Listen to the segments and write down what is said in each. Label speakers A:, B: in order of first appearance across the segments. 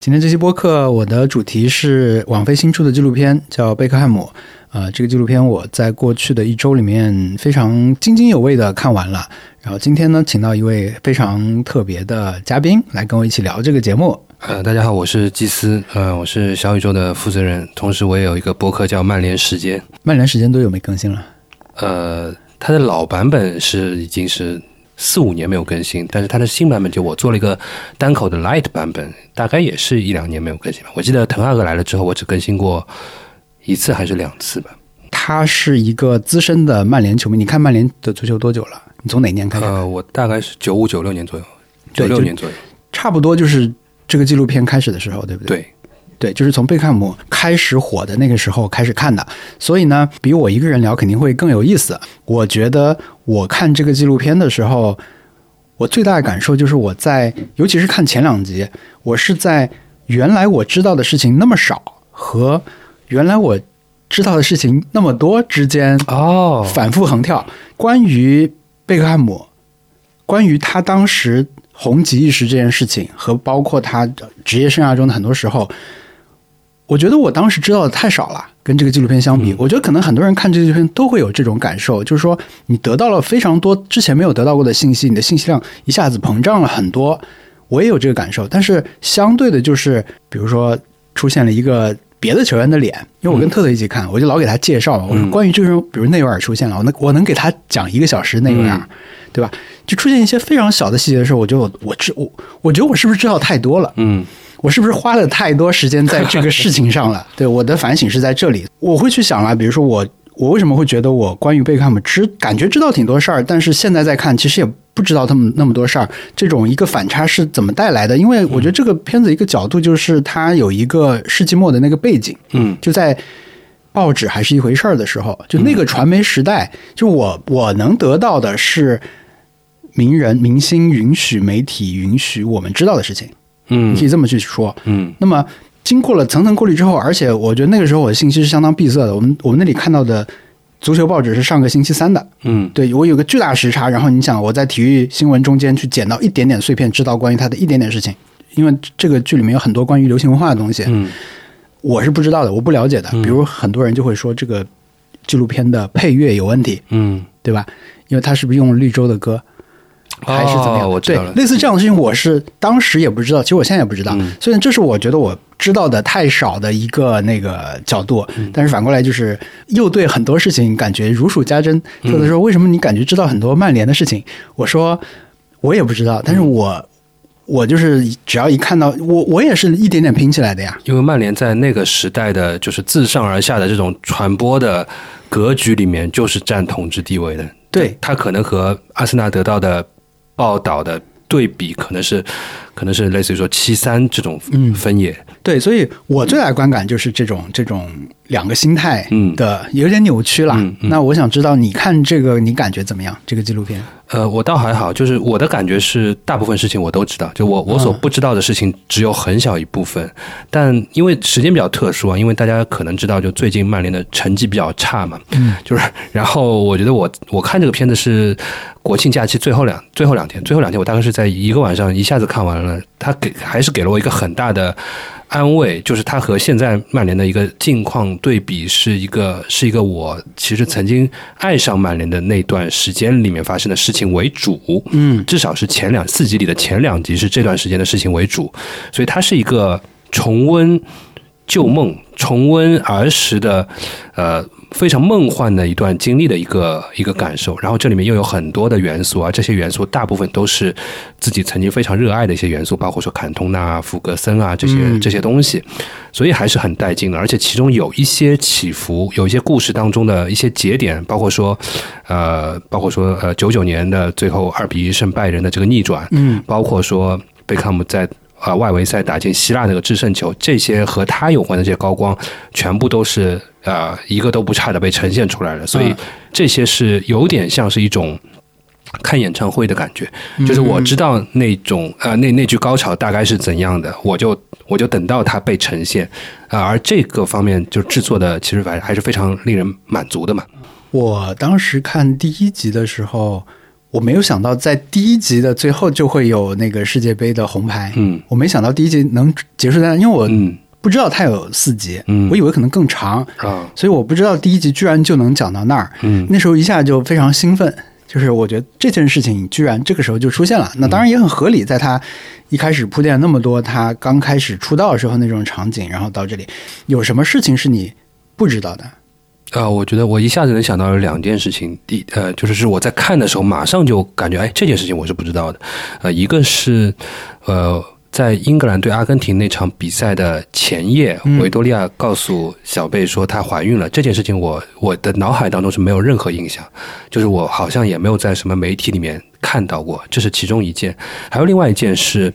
A: 今天这期播客，我的主题是网飞新出的纪录片，叫《贝克汉姆》。呃，这个纪录片我在过去的一周里面非常津津有味的看完了。然后今天呢，请到一位非常特别的嘉宾来跟我一起聊这个节目。
B: 呃，大家好，我是祭司，呃，我是小宇宙的负责人，同时我也有一个博客叫《曼联时间》，
A: 曼联时间多久没更新了？
B: 呃，它的老版本是已经是四五年没有更新，但是它的新版本就我做了一个单口的 light 版本，大概也是一两年没有更新吧。我记得滕哈格来了之后，我只更新过一次还是两次吧。
A: 他是一个资深的曼联球迷。你看曼联的足球多久了？你从哪年开始？
B: 呃，我大概是九五九六年左右，九
A: 哎对
B: 六
A: 就
B: 年左右，
A: 差不多就是这个纪录片开始的时候，对不对？
B: 对。
A: 对，就是从贝克汉姆开始火的那个时候开始看的，所以呢，比我一个人聊肯定会更有意思。我觉得我看这个纪录片的时候，我最大的感受就是我在，尤其是看前两集，我是在原来我知道的事情那么少和原来我知道的事情那么多之间
B: 哦
A: 反复横跳。关于贝克汉姆，关于他当时红极一时这件事情，和包括他职业生涯中的很多时候，我觉得我当时知道的太少了。跟这个纪录片相比，我觉得可能很多人看这个纪录片都会有这种感受，就是说你得到了非常多之前没有得到过的信息，你的信息量一下子膨胀了很多。我也有这个感受，但是相对的，就是比如说出现了一个别的球员的脸，因为我跟特特一起看，我就老给他介绍嘛，我说关于这个人，比如内维尔出现了，我能我能给他讲一个小时内维尔，对吧？就出现一些非常小的细节的时候，我就我知我我觉得我是不是知道太多了？
B: 嗯，
A: 我是不是花了太多时间在这个事情上了？对，我的反省是在这里。我会去想啦，啊比如说我，我为什么会觉得我关于贝克汉姆知感觉知道挺多事儿，但是现在再看，其实也不知道他们那么多事儿。这种一个反差是怎么带来的？因为我觉得这个片子一个角度就是它有一个世纪末的那个背景，
B: 嗯，
A: 就在报纸还是一回事儿的时候，就那个传媒时代，就我我能得到的是。名人、明星允许媒体允许我们知道的事情，你
B: 嗯
A: 可以这么去说。
B: 嗯
A: 那么经过了层层过滤之后，而且我觉得那个时候我的信息是相当闭塞的。我们我们那里看到的足球报纸是上个星期三的，
B: 嗯
A: 对我有个巨大时差。然后你想，我在体育新闻中间去捡到一点点碎片，知道关于他的一点点事情，因为这个剧里面有很多关于流行文化的东西，
B: 嗯
A: 我是不知道的，我不了解的。比如很多人就会说这个纪录片的配乐有问题，
B: 嗯，
A: 对吧？因为他是不是用绿洲的歌？还是怎么样的？
B: 哦我知道了
A: 对，类似这样的事情，我是当时也不知道，其实我现在也不知道。所以这是我觉得我知道的太少的一个那个角度。但是反过来就是又对很多事情感觉如数家珍。特特说：“为什么你感觉知道很多曼联的事情？”我说：“我也不知道，但是我、我就是只要一看到我，我也是一点点拼起来的呀。”
B: 因为曼联在那个时代的就是自上而下的这种传播的格局里面，就是占统治地位的。
A: 对
B: 他可能和阿森纳得到的报道的对比，可能是可能是类似于说七三这种分野。
A: 对，所以我最大的观感就是这种这种两个心态的有点扭曲了。那我想知道，你看这个你感觉怎么样？这个纪录片？
B: 呃，我倒还好，就是我的感觉是，大部分事情我都知道，就我我所不知道的事情只有很小一部分。但因为时间比较特殊啊，因为大家可能知道，就最近曼联的成绩比较差嘛，嗯，就是然后我觉得我我看这个片子是国庆假期最后两最后两天，最后两天我大概是在一个晚上一下子看完了，他给还是给了我一个很大的安慰，就是他和现在曼联的一个境况对比，是一个是一个我其实曾经爱上曼联的那段时间里面发生的事情为主，嗯，至少是前两四集里的前两集是这段时间的事情为主，所以它是一个重温旧梦、重温儿时的呃非常梦幻的一段经历的一个一个感受。然后这里面又有很多的元素啊，这些元素大部分都是自己曾经非常热爱的一些元素，包括说坎通纳、啊、福格森啊这些这些东西，所以还是很带劲的。而且其中有一些起伏，有一些故事当中的一些节点，包括说呃，包括说呃九九年的最后二比一胜拜仁的这个逆转，嗯，包括说贝克汉姆在啊、呃外围赛打进希腊那个制胜球，这些和他有关的这些高光，全部都是呃一个都不差的被呈现出来了。所以这些是有点像是一种。看演唱会的感觉，就是我知道那种呃那那句高潮大概是怎样的，我就我就等到它被呈现啊、而这个方面就制作的其实还还是非常令人满足的嘛。
A: 我当时看第一集的时候，我没有想到在第一集的最后就会有那个世界杯的红牌，
B: 嗯
A: 我没想到第一集能结束在，因为我
B: 嗯
A: 不知道它有四集，
B: 嗯
A: 我以为可能更长，
B: 啊
A: 所以我不知道第一集居然就能讲到那儿，
B: 嗯
A: 那时候一下就非常兴奋，就是我觉得这件事情居然这个时候就出现了，那当然也很合理，在他一开始铺垫那么多，他刚开始出道的时候那种场景，然后到这里，有什么事情是你不知道的？
B: 啊，我觉得我一下子能想到有两件事情，第呃就是是我在看的时候马上就感觉哎这件事情我是不知道的，呃一个是呃。在英格兰对阿根廷那场比赛的前夜，
A: 嗯
B: 维多利亚告诉小贝说她怀孕了这件事情我，我的脑海当中是没有任何印象，就是我好像也没有在什么媒体里面看到过，这是其中一件。还有另外一件是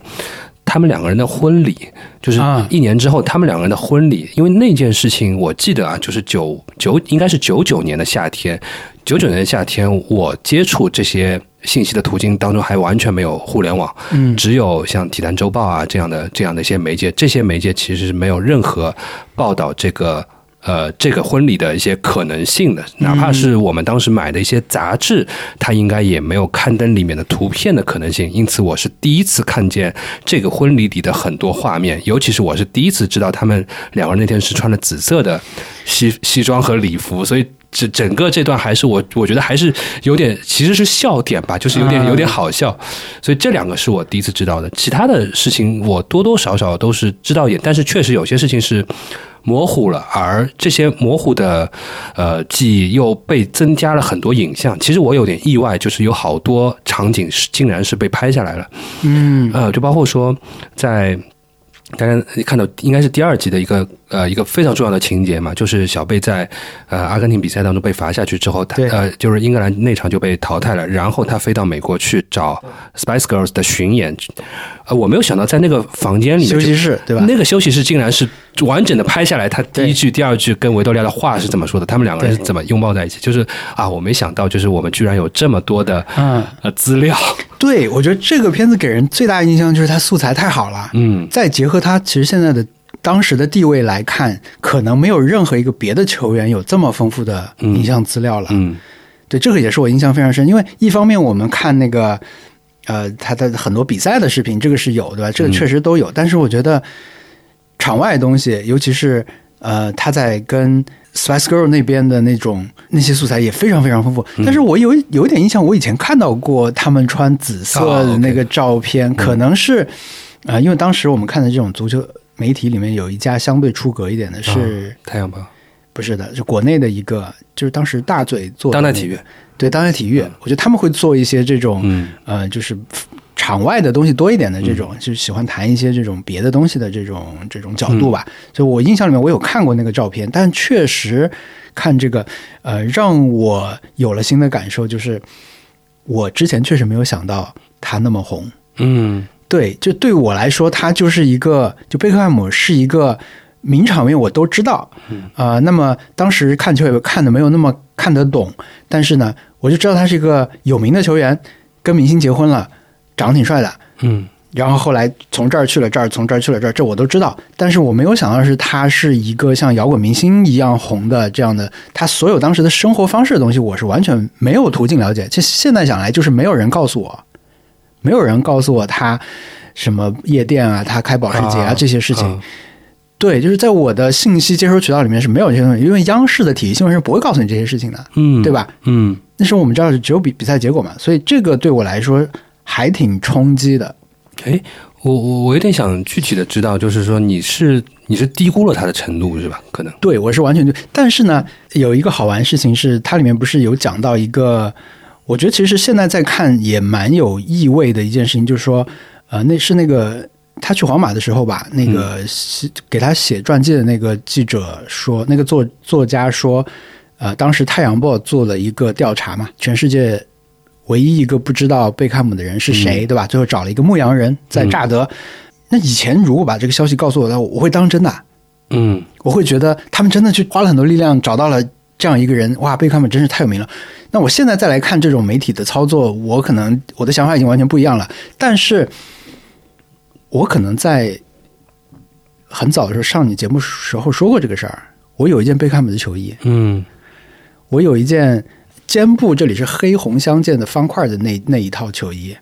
B: 他们两个人的婚礼，就是
A: 啊
B: 一年之后他们两个人的婚礼，因为那件事情我记得啊，就是九九应该是九九年的夏天，九九年的夏天我接触这些信息的途径当中还完全没有互联网，
A: 嗯
B: 只有像《体坛周报啊》这样的这样的一些媒介，这些媒介其实是没有任何报道这个呃这个婚礼的一些可能性的，哪怕是我们当时买的一些杂志，它应该也没有刊登里面的图片的可能性。因此，我是第一次看见这个婚礼里的很多画面，尤其是我是第一次知道他们两个人那天是穿了紫色的西西装和礼服，所以。整整个这段还是我，我觉得还是有点，其实是笑点吧，就是有点
A: 嗯
B: 有点好笑。所以这两个是我第一次知道的，其他的事情我多多少少都是知道一点，但是确实有些事情是模糊了，而这些模糊的呃记忆又被增加了很多影像。其实我有点意外，就是有好多场景是竟然是被拍下来了，
A: 嗯
B: 呃，就包括说在。大家看到应该是第二集的一个呃一个非常重要的情节嘛，就是小贝在呃阿根廷比赛当中被罚下去之后，他
A: 对
B: 呃就是英格兰那场就被淘汰了，然后他飞到美国去找 Spice Girls 的巡演，呃我没有想到在那个房间里面
A: 休
B: 就
A: 息室对吧？
B: 那个休息室竟然是完整的拍下来，他第一句、第二句跟维多利亚的话是怎么说的？他们两个人是怎么拥抱在一起？就是啊，我没想到，就是我们居然有这么多的
A: 嗯，
B: 呃资料。
A: 对，我觉得这个片子给人最大印象就是它素材太好了，
B: 嗯
A: 再结合他其实现在的当时的地位来看，可能没有任何一个别的球员有这么丰富的影像资料了。
B: 嗯
A: 对，这个也是我印象非常深，因为一方面我们看那个呃他的很多比赛的视频，这个是有对吧？这个
B: 嗯
A: 确实都有，但是我觉得场外的东西，尤其是呃他在跟 Spice Girl 那边的那种那些素材也非常非常丰富。
B: 嗯
A: 但是我有有点印象，我以前看到过他们穿紫色
B: 哦
A: 的
B: ，OK 嗯
A: 那个照片，可能是呃因为当时我们看的这种足球。媒体里面有一家相对出格一点的是，
B: 太阳报、
A: 不是的？是国内的一个，就是当时大嘴做的
B: 当代
A: 那
B: 体
A: 个
B: 育，
A: 对当代体育，我觉得他们会做一些这种，
B: 嗯
A: 呃，就是场外的东西多一点的这种，就是喜欢谈一些这种别的东西的这种这种角度吧。所以我印象里面我有看过那个照片，但确实看这个，呃，让我有了新的感受，就是我之前确实没有想到他那么红。
B: 嗯
A: 对，就对我来说，他就是一个，就贝克汉姆是一个名场面，我都知道。呃，那么当时看球也看的没有那么看得懂，但是呢，我就知道他是一个有名的球员，跟明星结婚了，长得挺帅的。
B: 嗯
A: 然后后来从这儿去了这儿，从这儿去了这儿，这我都知道。但是我没有想到的是他是一个像摇滚明星一样红的这样的，他所有当时的生活方式的东西，我是完全没有途径了解。其实现在想来，就是没有人告诉我，没有人告诉我他什么夜店啊，他开保时捷啊
B: 啊
A: 这些事情。
B: 啊
A: 对，就是在我的信息接收渠道里面是没有这些东西，因为央视的体育新闻是不会告诉你这些事情的，
B: 嗯
A: 对？吧？
B: 嗯
A: 那时候我们知道是只有比比赛结果嘛，所以这个对我来说还挺冲击的。
B: 哎，我我我有点想具体的知道，就是说你是你是低估了他的程度是吧？可能
A: 对，我是完全对。但是呢，有一个好玩的事情是，它里面不是有讲到一个，我觉得其实现在在看也蛮有意味的一件事情，就是说，呃，那是那个他去皇马的时候吧，那个写、给他写传记的那个记者说，那个作作家说，呃，当时《太阳报》做了一个调查嘛，全世界。唯一一个不知道贝克汉姆的人是谁，对吧？最后找了一个牧羊人在乍得。那以前如果把这个消息告诉我的话，我会当真的。啊
B: 嗯
A: 我会觉得他们真的去花了很多力量找到了这样一个人，哇，贝克汉姆真是太有名了。那我现在再来看这种媒体的操作，我可能我的想法已经完全不一样了。但是，我可能在很早的时候上你节目时候说过这个事儿。我有一件贝克汉姆的球衣，
B: 嗯
A: 我有一件肩部这里是黑红相间的方块的那那一套球衣，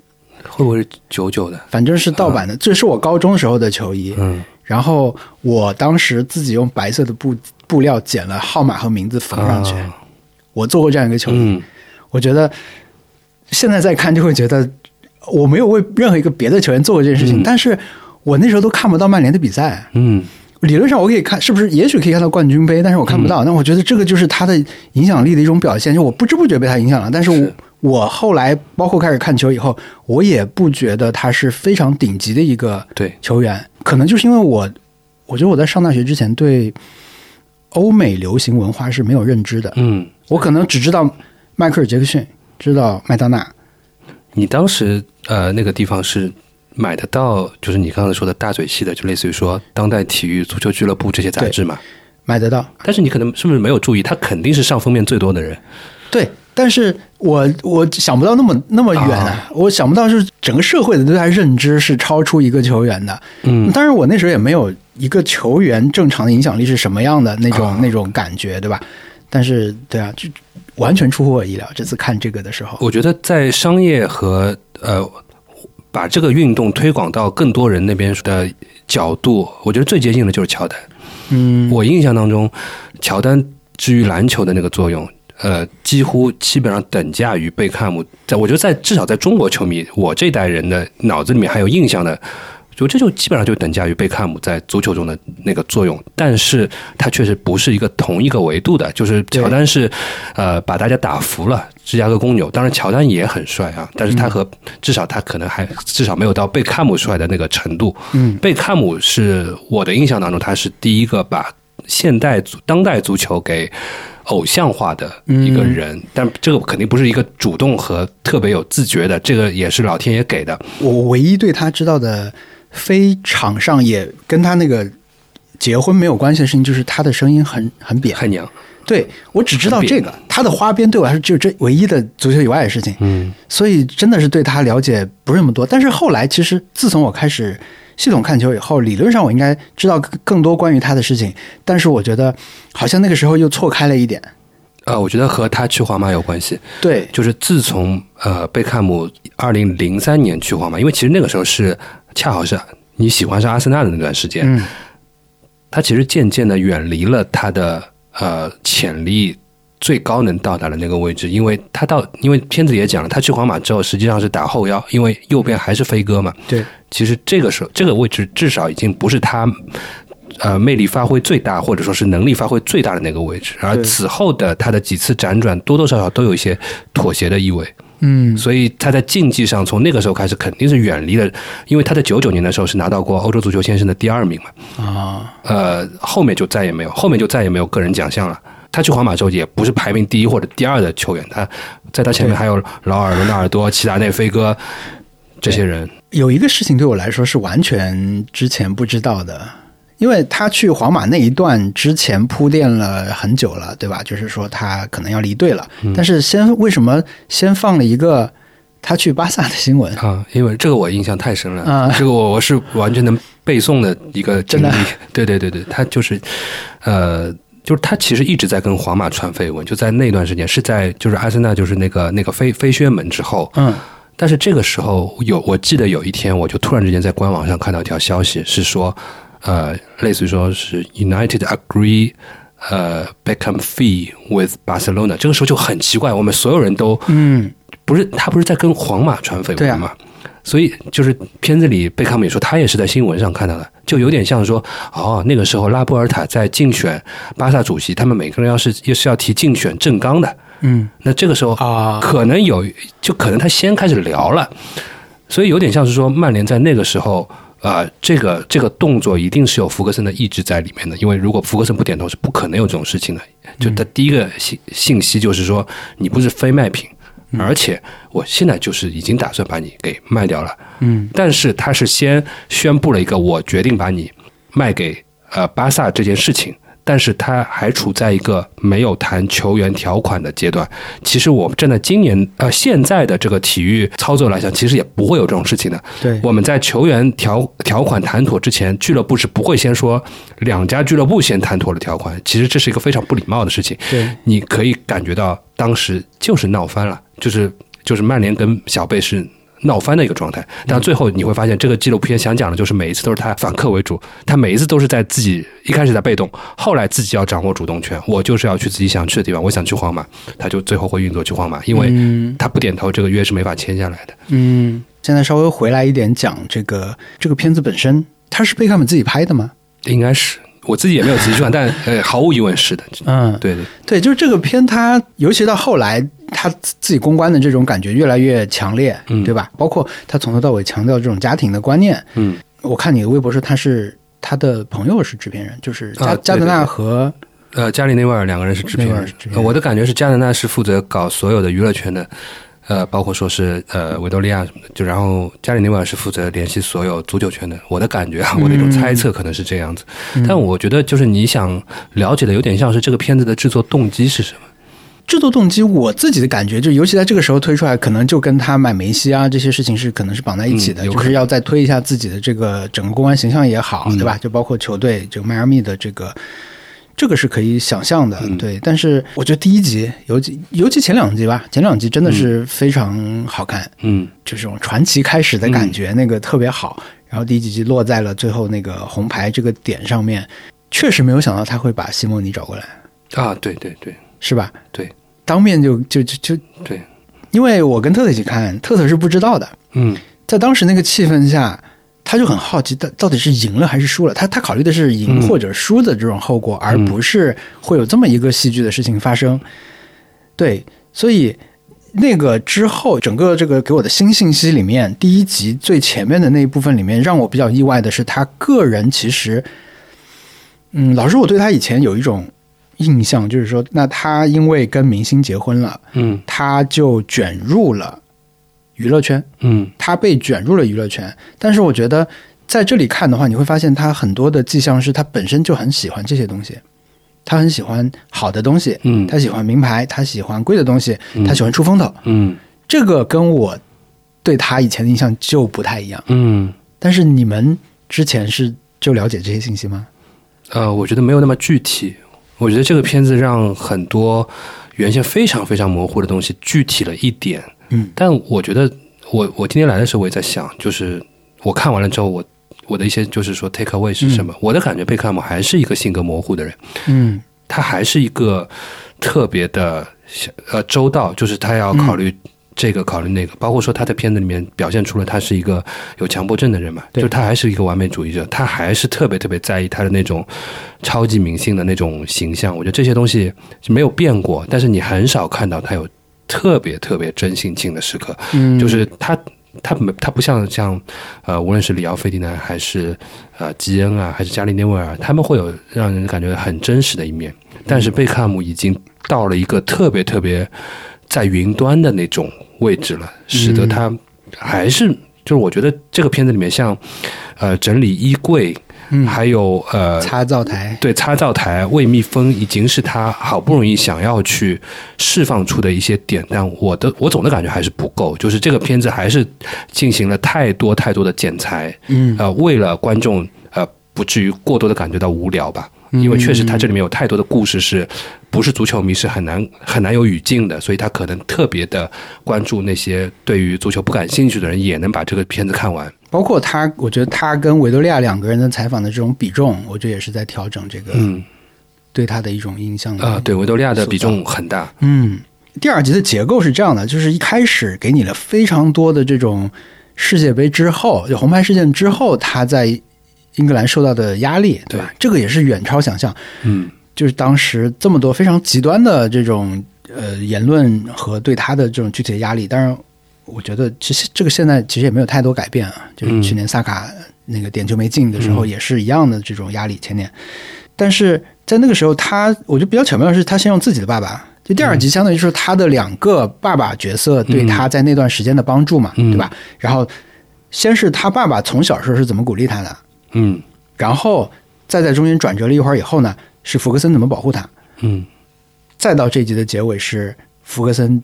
B: 会不会是九九的？
A: 反正是盗版的，这是我高中时候的球衣。
B: 嗯，
A: 然后我当时自己用白色的布布料剪了号码和名字缝上去。
B: 啊
A: 我做过这样一个球衣，
B: 嗯，
A: 我觉得现在再看就会觉得我没有为任何一个别的球员做过这件事情，
B: 嗯
A: 但是我那时候都看不到曼联的比赛。
B: 嗯，
A: 理论上我可以看，是不是？也许可以看到冠军杯，但是我看不
B: 嗯
A: 到。那、我觉得这个就是他的影响力的一种表现，就我不知不觉被他影响了。但是我
B: 是
A: 我后来包括开始看球以后，我也不觉得他是非常顶级的一个
B: 对，
A: 球员，可能就是因为我，我觉得我在上大学之前对欧美流行文化是没有认知的，
B: 嗯，
A: 我可能只知道迈克尔·杰克逊，知道麦当娜，
B: 你当时呃那个地方是买得到，就是你刚才说的大嘴系的，就类似于说当代体育、足球俱乐部这些杂志嘛。
A: 买得到。
B: 但是你可能是不是没有注意，他肯定是上封面最多的人。
A: 对，但是我我想不到那么那么远啊，我想不到就是整个社会的对他认知是超出一个球员的。
B: 嗯，
A: 当然我那时候也没有一个球员正常的影响力是什么样的那种、
B: 啊
A: 那种感觉，对吧？但是对啊，就完全出乎我意料。这次看这个的时候，
B: 我觉得在商业和呃把这个运动推广到更多人那边的角度，我觉得最接近的就是乔丹。
A: 嗯，
B: 我印象当中，乔丹之于篮球的那个作用，呃，几乎基本上等价于贝克汉姆。在我觉得在至少在中国球迷我这一代人的脑子里面还有印象的，就这就基本上就等价于贝克汉姆在足球中的那个作用。但是它确实不是一个同一个维度的，就是乔丹是呃把大家打服了芝加哥公牛，当然乔丹也很帅啊，但是他和、至少他可能还至少没有到贝克汉姆帅的那个程度。
A: 嗯，
B: 贝克汉姆是我的印象当中，他是第一个把现代足当代足球给偶像化的一个人，但这个肯定不是一个主动和特别有自觉的，这个也是老天爷给的。
A: 我唯一对他知道的非场上也跟他那个结婚没有关系的事情，就是他的声音很很扁。
B: 汉娘，
A: 对我只知道这个，他的花边对我来说只有这唯一的足球以外的事情，
B: 嗯
A: 所以真的是对他了解不是那么多。但是后来，其实自从我开始系统看球以后，理论上我应该知道更更多关于他的事情，但是我觉得好像那个时候又错开了一点。
B: 呃，我觉得和他去皇马有关系。
A: 对，
B: 就是自从呃贝克汉姆二零零三年去皇马，因为其实那个时候是恰好是你喜欢上阿森纳的那段时间，
A: 嗯
B: 他其实渐渐的远离了他的呃潜力最高能到达的那个位置，因为他到因为片子也讲了，他去皇马之后实际上是打后腰，因为右边还是飞哥嘛。
A: 对，
B: 其实这个时候这个位置至少已经不是他。呃，魅力发挥最大，或者说是能力发挥最大的那个位置，而
A: 对
B: 此后的他的几次辗转，多多少少都有一些妥协的意味。
A: 嗯
B: 所以他在竞技上从那个时候开始肯定是远离了，因为他在九九年的时候是拿到过欧洲足球先生的第二名嘛，
A: 啊，
B: 呃，后面就再也没有，后面就再也没有个人奖项了。他去皇马之后也不是排名第一或者第二的球员，他在他前面还有劳尔、罗纳尔多、齐达内、飞哥这些人。
A: 有一个事情对我来说是完全之前不知道的，因为他去皇马那一段之前铺垫了很久了，对吧？就是说他可能要离队了，但是先为什么先放了一个他去巴萨的新闻？
B: 啊，因为这个我印象太深了，
A: 啊
B: 这个我我是完全能背诵的一个经
A: 真的
B: 历。 对对对对，他就是，呃，就是他其实一直在跟皇马传绯闻，就在那段时间是在就是阿森纳就是那个那个飞飞靴门之后，
A: 嗯
B: 但是这个时候有我记得有一天我就突然之间在官网上看到一条消息是说，呃，类似于说是 United agree。呃、b e c k h a m fee with Barcelona，这个时候就很奇怪，我们所有人都
A: 嗯，
B: 不是他不是在跟皇马传绯
A: 对啊
B: 闻嘛？所以就是片子里贝克汉姆也说，他也是在新闻上看到的，就有点像说，哦，那个时候拉波尔塔在竞选巴萨主席，他们每个人要是也是要提竞选政纲的，
A: 嗯
B: 那这个时候
A: 啊
B: 可能有，就可能他先开始聊了，所以有点像是说，曼联在那个时候。啊、这个这个动作一定是有福格森的意志在里面的，因为如果福格森不点头，是不可能有这种事情的。就他第一个信信息就是说，你不是非卖品，而且我现在就是已经打算把你给卖掉了。
A: 嗯，
B: 但是他是先宣布了一个我决定把你卖给呃巴萨这件事情，但是他还处在一个没有谈球员条款的阶段。其实我们站在今年呃现在的这个体育操作来讲，其实也不会有这种事情的。
A: 对，
B: 我们在球员条条款谈妥之前，俱乐部是不会先说两家俱乐部先谈妥了条款。其实这是一个非常不礼貌的事情。
A: 对，
B: 你可以感觉到当时就是闹翻了，就是就是曼联跟小贝是闹翻的一个状态。但最后你会发现，这个纪录片想讲的就是每一次都是他反客为主，他每一次都是在自己一开始在被动，后来自己要掌握主动权。我就是要去自己想去的地方，我想去皇马，他就最后会运作去皇马，因为
A: 嗯
B: 他不点头，这个约是没法签下来的。
A: 嗯，现在稍微回来一点讲这个这个片子本身，它是贝克汉姆自己拍的吗？
B: 应该是我自己也没有仔细去看，但呃，毫无疑问是的。
A: 嗯，
B: 对对，
A: 对，就是这个片它，尤其到后来，他自己公关的这种感觉越来越强烈，
B: 嗯
A: 对吧？包括他从头到尾强调这种家庭的观念。
B: 嗯，
A: 我看你的微博说他是他的朋友是制片人，就是加、
B: 啊对
A: 加德纳和
B: 呃，加里内维尔两个人是制片
A: 内维尔
B: 人
A: 是制，片
B: 呃
A: 人
B: 我的感觉是加拿大是负责搞所有的娱乐圈的，呃，包括说是呃维多利亚什么的，就然后加里内维尔是负责联系所有足球圈的。我的感觉啊，我的一种
A: 嗯
B: 猜测可能是这样子，但我觉得就是你想了解的有点像是这个片子的制作动机是什么。
A: 制作动机，我自己的感觉就，尤其在这个时候推出来，可能就跟他买梅西啊这些事情是可能是绑在一起的，
B: 嗯有可
A: 就
B: 能
A: 是要再推一下自己的这个整个公关形象也好，
B: 嗯
A: 对吧？就包括球队这个迈阿密的这个。这个是可以想象的，
B: 嗯
A: 对。但是我觉得第一集，尤其尤其前两集吧，前两集真的是非常好看，
B: 嗯
A: 就这种传奇开始的感觉，那个特别好。然后第几集落在了最后那个红牌这个点上面，确实没有想到他会把西蒙尼找过来，
B: 啊，对对对
A: 是吧？
B: 对，
A: 当面就就就就，
B: 对，
A: 因为我跟特特一起看，特特是不知道的，
B: 嗯
A: 在当时那个气氛下，他就很好奇，到到底是赢了还是输了？他他考虑的是赢
B: 嗯
A: 或者输的这种后果，而不是会有这么一个戏剧的事情发生。对，所以那个之后，整个这个给我的新信息里面，第一集最前面的那一部分里面，让我比较意外的是，他个人其实，嗯，老师，我对他以前有一种印象，就是说，那他因为跟明星结婚了，
B: 嗯
A: 他就卷入了娱乐圈。
B: 嗯
A: 他被卷入了娱乐圈。但是我觉得在这里看的话，你会发现他很多的迹象是他本身就很喜欢这些东西，他很喜欢好的东西，
B: 嗯
A: 他喜欢名牌，他喜欢贵的东西，
B: 嗯
A: 他喜欢出风头。
B: 嗯
A: 这个跟我对他以前的印象就不太一样。
B: 嗯，
A: 但是你们之前是就了解这些信息吗？
B: 呃，我觉得没有那么具体。我觉得这个片子让很多原先非常非常模糊的东西具体了一点。
A: 嗯，
B: 但我觉得我我今天来的时候我也在想，就是我看完了之后我。我的一些就是说 take away 是什么？我的感觉，贝克汉姆还是一个性格模糊的人，
A: 嗯
B: 他还是一个特别的呃周到，就是他要考虑这个考虑那个，包括说他在片子里面表现出了他是一个有强迫症的人嘛，
A: 对
B: 就他还是一个完美主义者，他还是特别特别在意他的那种超级明星的那种形象。我觉得这些东西没有变过，但是你很少看到他有特别特别真性情的时刻，
A: 嗯
B: 就是他。他没，他不像像，呃，无论是里奥费迪南还是呃基恩啊，还是加利内维尔，他们会有让人感觉很真实的一面。但是贝克汉姆已经到了一个特别特别在云端的那种位置了，使
A: 嗯
B: 得他还是就是我觉得这个片子里面像呃整理衣柜，
A: 嗯，
B: 还有呃
A: 擦灶台。
B: 对擦灶台、喂蜜蜂，已经是他好不容易想要去释放出的一些点，但我的我总的感觉还是不够，就是这个片子还是进行了太多太多的剪裁，
A: 嗯
B: 呃，为了观众呃不至于过多的感觉到无聊吧，因为确实它这里面有太多的故事是。不是足球迷是很难很难有语境的，所以他可能特别的关注那些对于足球不感兴趣的人，也能把这个片子看完。
A: 包括他，我觉得他跟维多利亚两个人的采访的这种比重，我觉得也是在调整这个
B: 嗯
A: 对他的一种印象的
B: 啊、对维多利亚的比重很大。
A: 嗯，第二集的结构是这样的，就是一开始给你了非常多的这种世界杯之后，就红牌事件之后，他在英格兰受到的压力，对吧？这个也是远超想象，
B: 嗯
A: 就是当时这么多非常极端的这种呃言论和对他的这种具体的压力，当然。我觉得其实这个现在其实也没有太多改变啊，就是去年萨卡那个点球没进的时候也是一呃样的这种压力，前年但是在那个时候他，我觉得比较巧妙的是，他先用自己的爸爸。就第二集，相当于是他的两个爸爸角色对他在那段时间的帮助嘛，
B: 嗯
A: 对吧？然后先是他爸爸从小时候是怎么鼓励他的，
B: 嗯
A: 然后再在中间转折了一会儿以后呢，是福格森怎么保护他，
B: 嗯
A: 再到这集的结尾是福格森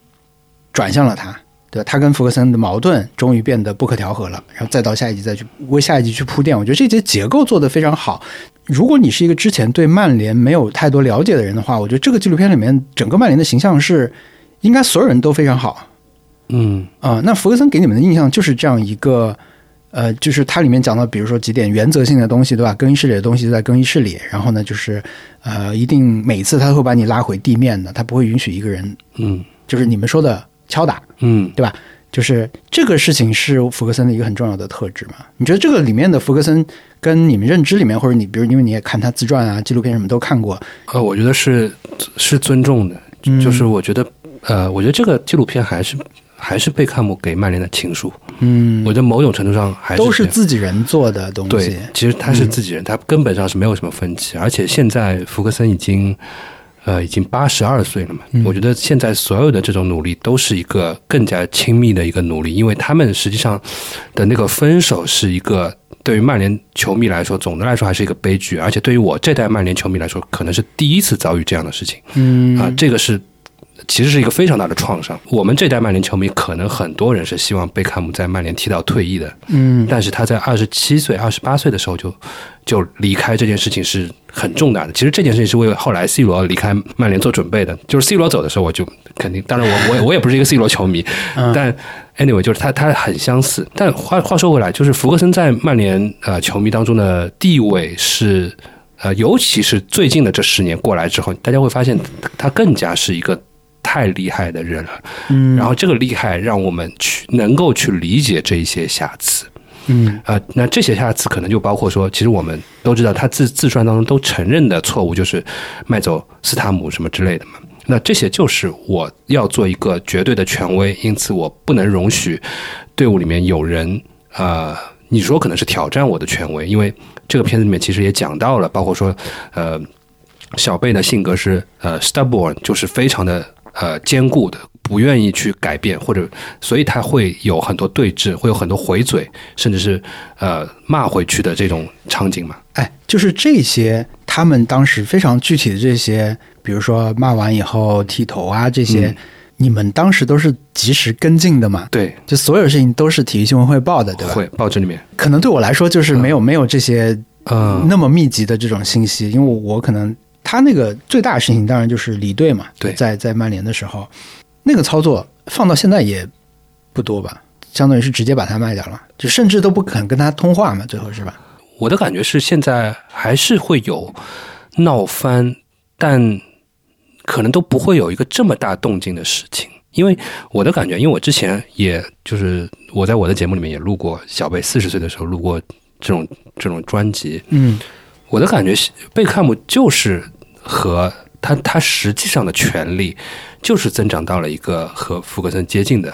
A: 转向了他，对吧？他跟福格森的矛盾终于变得不可调和了，然后再到下一集再去为下一集去铺垫。我觉得这集结构做得非常好。如果你是一个之前对曼联没有太多了解的人的话，我觉得这个纪录片里面整个曼联的形象是应该所有人都非常好。
B: 嗯
A: 啊、那福格森给你们的印象就是这样一个，呃，就是它里面讲到，比如说几点原则性的东西，对吧？更衣室里的东西就在更衣室里，然后呢，就是呃，一定每次他都会把你拉回地面的，他不会允许一个人，
B: 嗯
A: 就是你们说的敲打，
B: 嗯
A: 对吧？就是这个事情是福格森的一个很重要的特质嘛？你觉得这个里面的福格森跟你们认知里面，或者你比如因为你也看他自传啊、纪录片什么都看过，
B: 呃，我觉得是是尊重的，就是我觉得呃，我觉得这个纪录片还是还是贝克汉姆给曼联的情书，
A: 嗯，
B: 我觉得某种程度上还是
A: 都是
B: 这样
A: 自己人做的东
B: 对
A: 西，，
B: 其实他是自己人，他根本上是没有什么分歧。而且现在福克森已经，呃，已经八十二岁了嘛。我觉得现在所有的这种努力都是一个更加亲密的一个努力，因为他们实际上的那个分手是一个对于曼联球迷来说，总的来说还是一个悲剧，而且对于我这代曼联球迷来说，可能是第一次遭遇这样的事情。
A: 嗯
B: 啊，这个是其实是一个非常大的创伤。我们这代曼联球迷可能很多人是希望贝克汉姆在曼联踢到退役的，
A: 嗯，
B: 但是他在二十七岁、二十八岁的时候就就离开这件事情是很重大的。其实这件事情是为后来 C 罗离开曼联做准备的。就是 C 罗走的时候，我就肯定，当然我我也我也不是一个 C 罗球迷，但 anyway 就是他他很相似。但话话说回来，就是福格森在曼联呃球迷当中的地位是。呃，尤其是最近的这十年过来之后，大家会发现他他更加是一个太厉害的人了。嗯，然后这个厉害让我们去能够去理解这一些瑕疵。
A: 嗯
B: 啊、那这些瑕疵可能就包括说，其实我们都知道他自自传当中都承认的错误就是卖走斯塔姆什么之类的嘛。那这些就是我要做一个绝对的权威，因此我不能容许队伍里面有人呃，你说可能是挑战我的权威，因为这个片子里面其实也讲到了，包括说呃，小贝的性格是呃 stubborn，就是非常的呃坚固的，不愿意去改变，或者所以他会有很多对峙，会有很多回嘴，甚至是呃骂回去的这种场景嘛。
A: 哎，就是这些，他们当时非常具体的这些，比如说骂完以后剃头啊这些，
B: 嗯
A: 你们当时都是及时跟进的嘛？
B: 对，
A: 就所有事情都是体育新闻汇报的，对吧？
B: 会报纸里面，
A: 可能对我来说就是没有、没有这些
B: 嗯、
A: 那么密集的这种信息，因为我可能他那个最大的事情当然就是离队嘛，
B: 对
A: 在在曼联的时候，那个操作放到现在也不多吧，相当于是直接把他卖掉了，就甚至都不肯跟他通话嘛，最后是吧？
B: 我的感觉是现在还是会有闹翻，但可能都不会有一个这么大动静的事情。因为我的感觉，因为我之前也就是我在我的节目里面也录过小贝四十岁的时候录过这种这种专辑，
A: 嗯
B: 我的感觉，贝克汉姆就是和他他实际上的权力就是增长到了一个和福格森接近的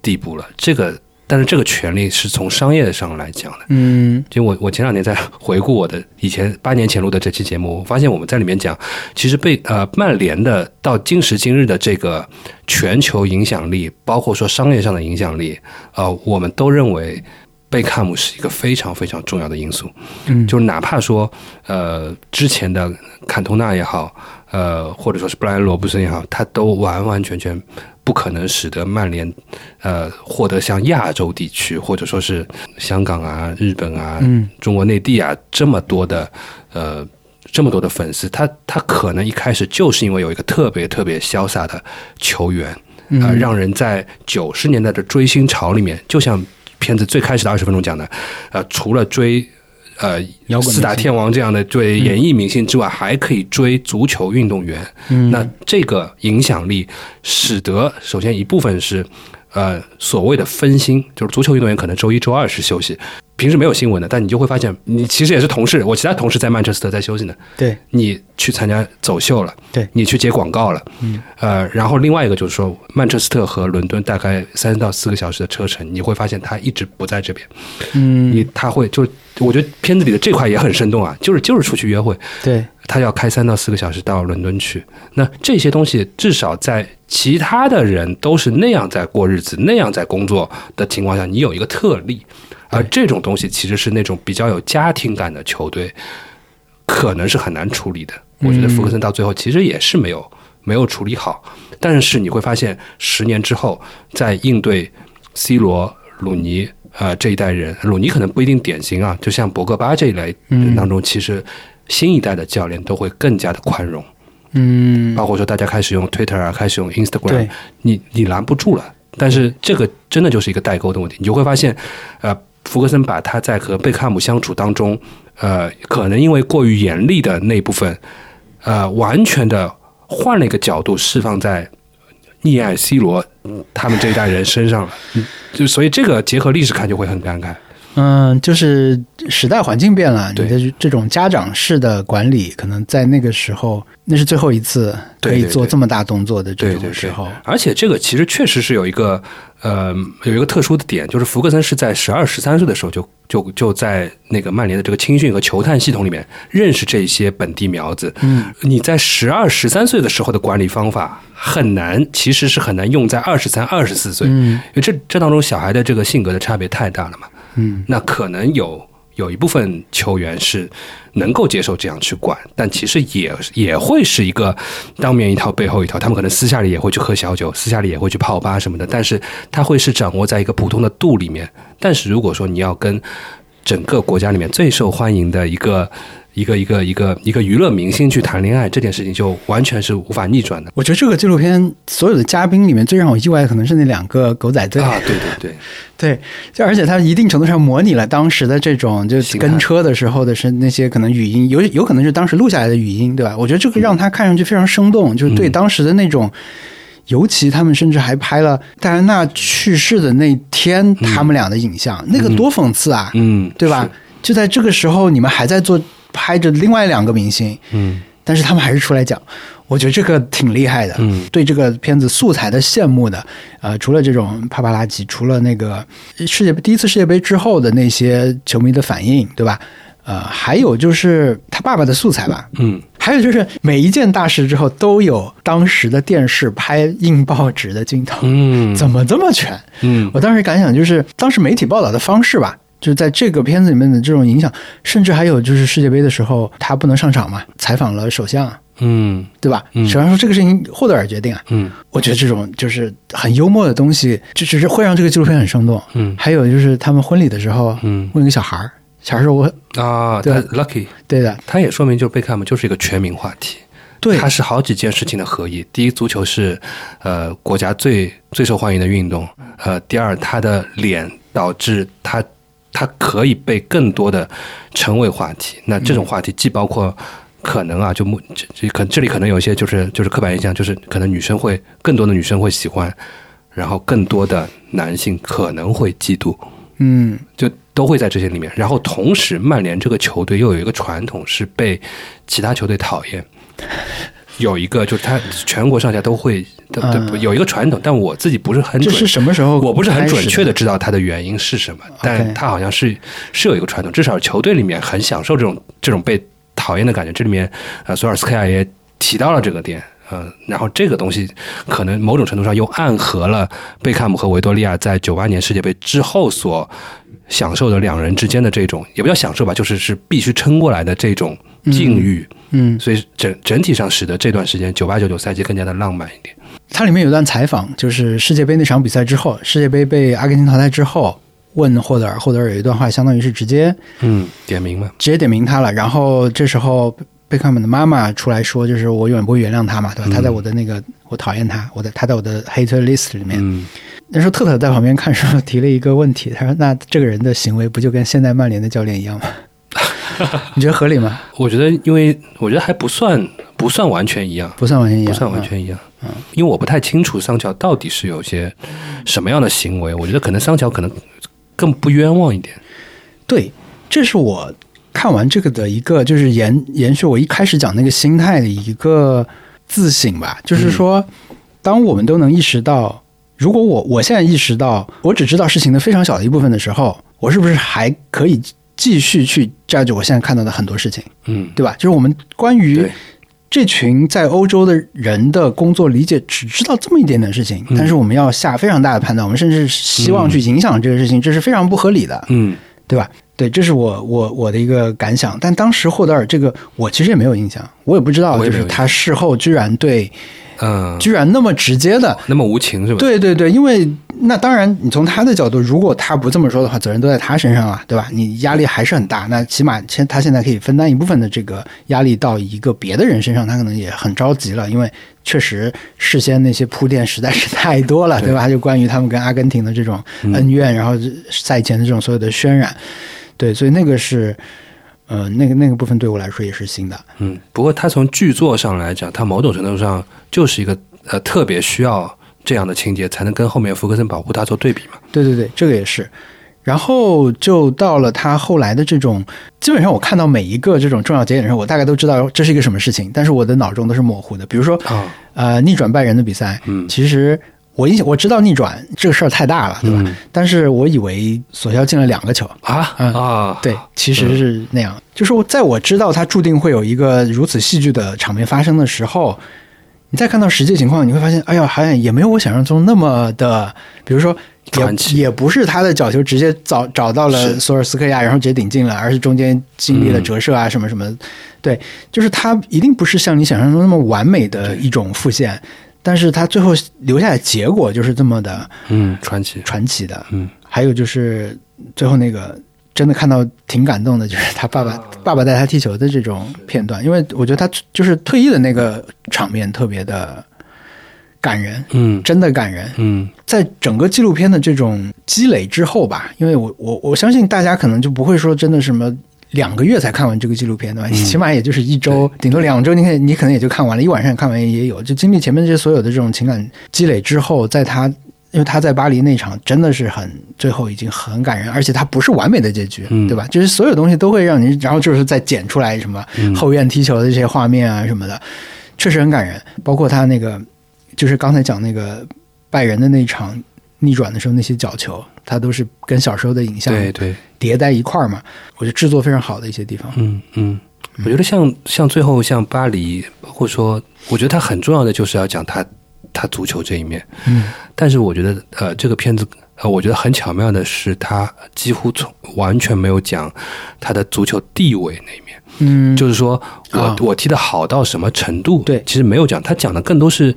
B: 地步了。这个，但是这个权力是从商业上来讲的。
A: 嗯
B: 就我我前两年在回顾我的以前八年前录的这期节目，我发现我们在里面讲，其实被呃曼联的到今时今日的这个全球影响力，包括说商业上的影响力，呃，我们都认为贝克汉姆是一个非常非常重要的因素。
A: 嗯
B: 就是哪怕说呃之前的坎通纳也好，呃或者说是布莱恩罗布森也好，他都完完全全不可能使得曼联呃获得像亚洲地区或者说是香港啊、日本啊、
A: 嗯
B: 中国内地啊这么多的呃这么多的粉丝，他他可能一开始就是因为有一个特别特别潇洒的球员。啊、
A: 嗯
B: 让人在九十年代的追星潮里面，就像片子最开始的二十分钟讲的，呃，除了追呃
A: 摇滚明星
B: 四大天王这样的对演艺明星之外，还可以追足球运动员。
A: 嗯
B: 那这个影响力使得，首先一部分是呃所谓的分心，就是足球运动员可能周一周二是休息，平时没有新闻的，但你就会发现，你其实也是同事，我其他同事在曼彻斯特在休息呢，
A: 对，
B: 你去参加走秀了，
A: 对
B: 你去接广告了，
A: 嗯，
B: 呃，然后另外一个就是说，曼彻斯特和伦敦大概三到四个小时的车程，你会发现他一直不在这边，
A: 嗯
B: 你他会就是，我觉得片子里的这块也很生动啊，就是就是出去约会，
A: 对，
B: 他要开三到四个小时到伦敦去。那这些东西至少在其他的人都是那样在过日子、那样在工作的情况下，你有一个特例，而这种东西其实是那种比较有家庭感的球队可能是很难处理的。我觉得福克森到最后其实也是没有没有处理好，但是你会发现，十年之后在应对 C 罗、鲁尼呃这一代人，鲁尼可能不一定典型啊，就像博格巴这一类人当中，其实新一代的教练都会更加的宽容，
A: 嗯，
B: 包括说大家开始用 Twitter 啊，开始用 Instagram，
A: 对，
B: 你你拦不住了。但是这个真的就是一个代沟的问题，你就会发现，呃，福格森把他在和贝克汉姆相处当中，呃，可能因为过于严厉的那一部分，呃，完全的换了一个角度释放在溺爱 C 罗他们这一代人身上了，嗯就所以这个结合历史看就会很尴尬。
A: 嗯，就是时代环境变了，你
B: 对
A: 的这种家长式的管理，可能在那个时候，那是最后一次可
B: 对
A: 以
B: 对
A: 做
B: 对
A: 这么大动作的这
B: 对对
A: 种时
B: 对
A: 候。，
B: 而且这个其实确实是有一个呃有一个特殊的点，就是福克森是在十二十三岁的时候就就就在那个曼联的这个青训和球探系统里面认识这些本地苗子。
A: 嗯，
B: 你在十二十三岁的时候的管理方法很难，其实是很难用在二十三二十四岁，
A: 嗯
B: 因为这这当中小孩的这个性格的差别太大了嘛。
A: 嗯，
B: 那可能有有一部分球员是能够接受这样去管，但其实也也会是一个当面一套背后一套，他们可能私下里也会去喝小酒，私下里也会去泡吧什么的，但是他会是掌握在一个普通的度里面。但是如果说你要跟整个国家里面最受欢迎的一个一个一个一个一个娱乐明星去谈恋爱，这件事情就完全是无法逆转的。
A: 我觉得这个纪录片所有的嘉宾里面，最让我意外的可能是那两个狗仔队。
B: 啊，对对 对，
A: 对，就而且它一定程度上模拟了当时的这种，就
B: 形态
A: 跟车的时候的是那些可能语音，有有可能是当时录下来的语音，对吧？我觉得这个
B: 嗯
A: 让它看上去非常生动，就是对当时的那种。尤其他们甚至还拍了戴安娜去世的那天，他们俩的影像，那个多讽刺啊，
B: 嗯，
A: 对吧？就在这个时候，你们还在做拍着另外两个明星，
B: 是？嗯
A: 但是他们还是出来讲，我觉得这个挺厉害的。
B: 嗯
A: 对这个片子素材的羡慕的，呃，除了这种帕帕拉奇，除了那个世界第一次世界杯之后的那些球迷的反应，对吧？呃，还有就是他爸爸的素材吧，
B: 嗯，
A: 还有就是每一件大事之后都有当时的电视拍印报纸的镜头，
B: 嗯
A: 怎么这么全？
B: 嗯
A: 我当时感想就是，当时媒体报道的方式吧，就是在这个片子里面的这种影响，甚至还有就是世界杯的时候他不能上场嘛，采访了首相，
B: 嗯
A: 对吧？
B: 嗯
A: 首相说这个事情霍德尔决定啊，
B: 嗯
A: 我觉得这种就是很幽默的东西，就只是会让这个纪录片很生动。
B: 嗯
A: 还有就是他们婚礼的时候
B: 嗯
A: 问一个小孩儿，小孩儿说我
B: 啊，
A: 对
B: 他 lucky。
A: 对的，
B: 它也说明就是贝克汉姆就是一个全民话题，
A: 对
B: 它是好几件事情的合一。第一，足球是呃国家最最受欢迎的运动；呃，第二，他的脸导致他他可以被更多的成为话题。那这种话题既包括。可能啊，就目这这可这里可能有一些就是就是刻板印象，就是可能女生会更多的女生会喜欢，然后更多的男性可能会嫉妒，
A: 嗯
B: 就都会在这些里面。然后同时，曼联这个球队又有一个传统是被其他球队讨厌，有一个就是他全国上下都会，都都
A: 嗯
B: 有一个传统，但我自己不是很
A: 这
B: 准。
A: 是什么时候？
B: 我不是很准确
A: 的。
B: 的知道它的原因是什么，但它好像是是有一个传统，至少球队里面很享受这种这种被讨厌的感觉。这里面，呃，索尔斯克亚也提到了这个点，呃，然后这个东西可能某种程度上又暗合了贝克汉姆和维多利亚在九八年世界杯之后所享受的两人之间的这种，也不叫享受吧，就是是必须撑过来的这种境遇，
A: 嗯，
B: 所以整整体上使得这段时间九八九九赛季更加的浪漫一点。
A: 它里面有段采访，就是世界杯那场比赛之后，世界杯被阿根廷淘汰之后，问霍德尔，霍德尔有一段话，相当于是直接
B: 嗯，点名嘛，
A: 直接点名他了。然后这时候贝克汉姆的妈妈出来说，就是我永远不会原谅他嘛，对吧？他
B: 嗯
A: 在我的那个我讨厌他，我的他在我的 hater list 里面。
B: 嗯
A: 那时候特特在旁边看时候提了一个问题，他说：“那这个人的行为不就跟现在曼联的教练一样 吗？你觉得合理吗？
B: 我觉得，因为我觉得还不算不算完全一样，
A: 不算完全一样，
B: 不算完全一样。嗯，因为我不太清楚桑乔到底是有些什么样的行为，我觉得可能桑乔可能更不冤枉一点。
A: 对，这是我看完这个的一个，就是延延续我一开始讲那个心态的一个自省吧。就是说，当我们都能意识到，如果我我现在意识到我只知道事情的非常小的一部分的时候，我是不是还可以继续去 judge 我现在看到的很多事情，
B: 嗯，
A: 对吧？就是我们关于
B: 对。
A: 这群在欧洲的人的工作理解只知道这么一点点事情，
B: 嗯
A: 但是我们要下非常大的判断，我们甚至希望去影响这个事情，这是非常不合理的。
B: 嗯
A: 对吧？对，这是我我我的一个感想。但当时霍德尔这个，我其实也没有印象，我也不知道，
B: 我也
A: 就
B: 没有
A: 是他事后居然对，
B: 嗯，
A: 居然那么直接的。
B: 那么无情是吧？
A: 对对对，因为那当然，你从他的角度，如果他不这么说的话，责任都在他身上啊，对吧？你压力还是很大，那起码现他现在可以分担一部分的这个压力到一个别的人身上，他可能也很着急了，因为确实事先那些铺垫实在是太多了，对吧？ 就关于他们跟阿根廷的这种恩怨，然后赛前的这种所有的渲染，对，所以那个是。呃，那个那个部分对我来说也是新的，
B: 嗯，不过他从剧作上来讲，他某种程度上就是一个呃特别需要这样的情节，才能跟后面福克森保护他做对比嘛。
A: 对对对，这个也是。然后就到了他后来的这种，基本上我看到每一个这种重要节点的时候，我大概都知道这是一个什么事情，但是我的脑中都是模糊的。比如说，
B: 啊、
A: 呃，逆转拜仁的比赛，
B: 嗯
A: 其实我印象我知道逆转这个事儿太大了，对吧？
B: 嗯
A: 但是我以为索肖进了两个球，
B: 啊、
A: 嗯
B: 啊，
A: 对，其实是那样。就是我在我知道他注定会有一个如此戏剧的场面发生的时候，你再看到实际情况，你会发现，哎呀，好像也没有我想象中那么的，比如说。
B: 传奇
A: 也也不是他的角球直接找找到了
B: 是嗯
A: 索尔斯克亚，然后直接顶进了，而是中间经历了折射啊什么什么的，对，就是他一定不是像你想象中那么完美的一种复现，但是他最后留下的结果就是这么的，
B: 嗯，传奇，
A: 传奇的，
B: 嗯，
A: 还有就是最后那个真的看到挺感动的，就是他爸爸、爸爸带他踢球的这种片段，因为我觉得他就是退役的那个场面特别的感人，
B: 嗯
A: 真的感人。
B: 嗯
A: 在整个纪录片的这种积累之后吧，因为我我我相信大家可能就不会说真的什么。两个月才看完这个纪录片，对吧？起码也就是一周，顶多两周，你看你可能也就看完了，一晚上也看完也有。就经历前面这些所有的这种情感积累之后，在他因为他在巴黎那场真的是很最后已经很感人，而且他不是完美的结局，
B: 嗯
A: 对吧？就是所有东西都会让你，然后就是再剪出来什么
B: 嗯
A: 后院踢球的这些画面啊什么的，确实很感人。包括他那个就是刚才讲那个拜仁的那一场逆转的时候，那些角球，它都是跟小时候的影像
B: 对对，
A: 叠在一块儿嘛。我觉得制作非常好的一些地方。
B: 嗯嗯，我觉得像像最后像巴黎，或者说，我觉得他很重要的就是要讲他他足球这一面。
A: 嗯，
B: 但是我觉得呃，这个片子呃，我觉得很巧妙的是，他几乎从完全没有讲他的足球地位那一面。
A: 嗯，
B: 就是说我、
A: 啊
B: 我踢的好到什么程度？
A: 对
B: 其实没有讲，他讲的更多是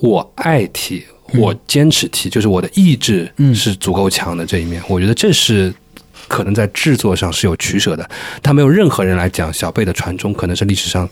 B: 我爱踢，我坚持踢，就是我的意志
A: 嗯
B: 是足够强的这一面。我觉得这是。可能在制作上是有取舍的，他没有任何人来讲小贝的传中可能是历史上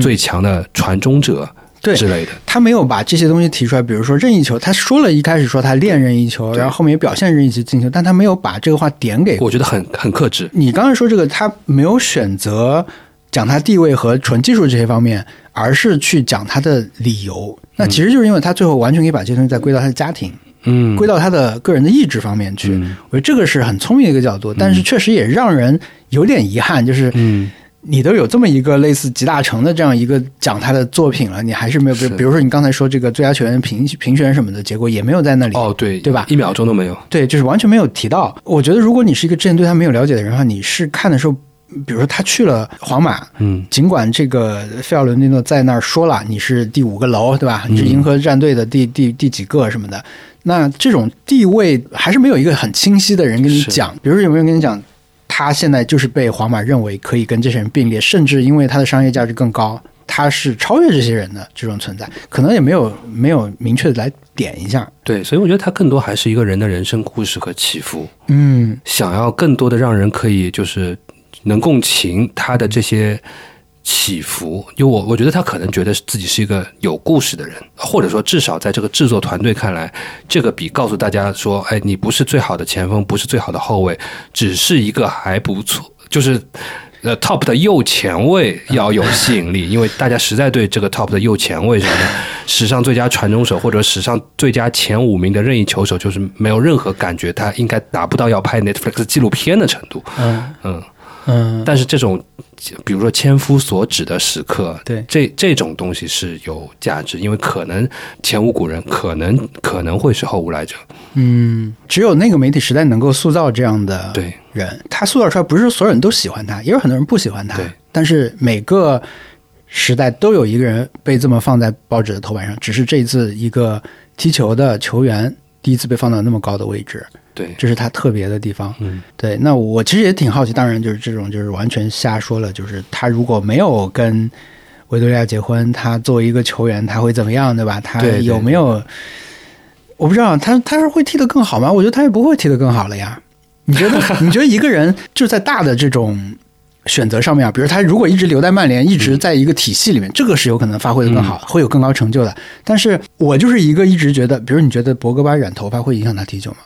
B: 最强的传中者
A: 嗯对
B: 之类的。
A: 他没有把这些东西提出来，比如说任意球，他说了一开始说他练任意球，
B: 对
A: 然后后面也表现任意球进球，但他没有把这个话点给。
B: 我觉得很很克制，
A: 你刚才说这个，他没有选择讲他地位和纯技术这些方面，而是去讲他的理由。那其实就是因为他最后完全可以把这些东西再归到他的家庭，
B: 嗯，
A: 归到他的个人的意志方面去。
B: 嗯
A: 我觉得这个是很聪明的一个角度，但是确实也让人有点遗憾，就是
B: 嗯
A: 你都有这么一个类似集大成的这样一个讲他的作品了，你还是没有，比
B: 是
A: 如比如说你刚才说这个最佳球员评评选什么的结果也没有在那里。
B: 哦对
A: 对吧
B: 一秒钟都没有，
A: 对，就是完全没有提到。我觉得，如果你是一个之前对他没有了解的人的话，你是看的时候，比如说他去了皇马，
B: 嗯
A: 尽管这个费奥伦蒂诺在那儿说了，你是第五个楼，对吧？你是银河战队的第第第几个什么的，那这种地位还是没有一个很清晰的人跟你
B: 是
A: 讲。比如说有没有人跟你讲，他现在就是被皇马认为可以跟这些人并列，甚至因为他的商业价值更高，他是超越这些人的这种存在，可能也没有没有明确的来点一下。
B: 对，所以我觉得他更多还是一个人的人生故事和起伏。
A: 嗯
B: 想要更多的让人可以就是能共情他的这些起伏，因为我我觉得他可能觉得自己是一个有故事的人，或者说至少在这个制作团队看来，这个比告诉大家说，哎，你不是最好的前锋，不是最好的后卫，只是一个还不错，就是。呃，top 的右前卫要有吸引力，因为大家实在对这个 top 的右前卫上的史上最佳传中手或者史上最佳前五名的任意球手，就是没有任何感觉，他应该达不到要拍 Netflix 纪录片的程度。
A: 嗯
B: 嗯，
A: 嗯，
B: 但是这种，比如说千夫所指的时刻，
A: 对
B: 这这种东西是有价值，因为可能前无古人，可能可能会是后无来者。
A: 嗯，只有那个媒体时代能够塑造这样的
B: 对，
A: 人，他塑造出来不是所有人都喜欢他，也有很多人不喜欢他
B: 对。
A: 但是每个时代都有一个人被这么放在报纸的头版上，只是这一次一个踢球的球员第一次被放到那么高的位置，
B: 对，
A: 这是他特别的地方。
B: 嗯，
A: 对，那我其实也挺好奇，当然就是这种就是完全瞎说了，就是他如果没有跟维多利亚结婚，他作为一个球员他会怎么样，对吧？他
B: 对对
A: 有没有？我不知道，他他是会踢得更好吗？我觉得他也不会踢得更好了 呀。你觉得？你觉得一个人就在大的这种选择上面啊，比如他如果一直留在曼联，一直在一个体系里
B: 嗯
A: 面，这个是有可能发挥的更好，会有更高成就的。但是我就是一个一直觉得，比如你觉得博格巴染头发会影响他踢球吗？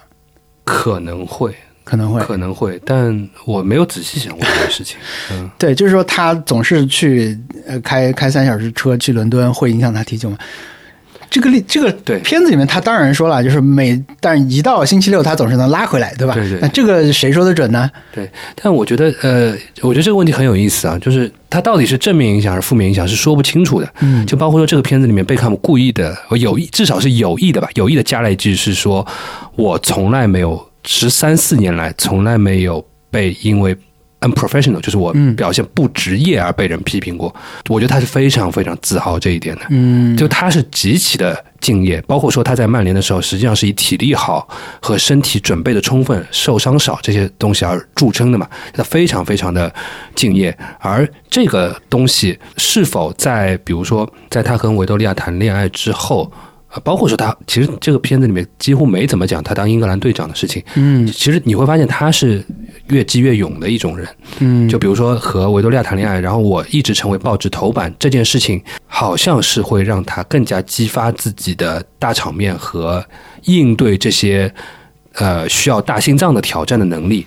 B: 可能会，
A: 可能会，
B: 可能会，但我没有仔细想过这个事情。 嗯，
A: 对，就是说他总是去呃开开三小时车去伦敦，会影响他踢球吗？这个例这个
B: 对
A: 片子里面他当然说了，就是每但一到星期六他总是能拉回来，对吧？
B: 对对
A: 那这个谁说的准呢？
B: 但我觉得，呃，我觉得这个问题很有意思啊，就是它到底是正面影响还是负面影响是说不清楚的。
A: 嗯
B: 就包括说这个片子里面，贝克汉姆故意的，呃有意，至少是有意的吧，有意的加了一句是说，我从来没有十三四年来从来没有被因为 unprofessional，就是我
A: 嗯
B: 表现不职业而被人批评过。我觉得他是非常非常自豪这一点的。
A: 嗯，
B: 就他是极其的敬业，包括说他在曼联的时候，实际上是以体力好和身体准备的充分、受伤少这些东西而著称的嘛。他非常非常的敬业，而这个东西是否在比如说在他跟维多利亚谈恋爱之后，呃包括说他其实这个片子里面几乎没怎么讲他当英格兰队长的事情，
A: 嗯
B: 其实你会发现他是越积越勇的一种人。
A: 嗯
B: 就比如说和维多利亚谈恋爱，然后我一直成为报纸头版这件事情，好像是会让他更加激发自己的大场面和应对这些呃需要大心脏的挑战的能力。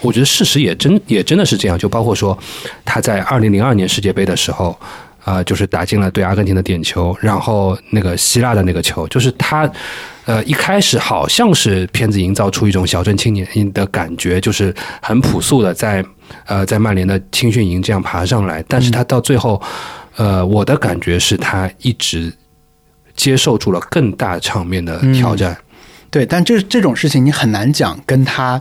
B: 我觉得事实也真也真的是这样，就包括说他在二零零二年世界杯的时候。啊、就是打进了对阿根廷的点球，然后那个希腊的那个球，就是他，呃，一开始好像是片子营造出一种小镇青年的感觉，就是很朴素的在呃在曼联的青训营这样爬上来，但是他到最后，呃，我的感觉是他一直接受住了更大场面的挑战，
A: 对，但这这种事情你很难讲跟他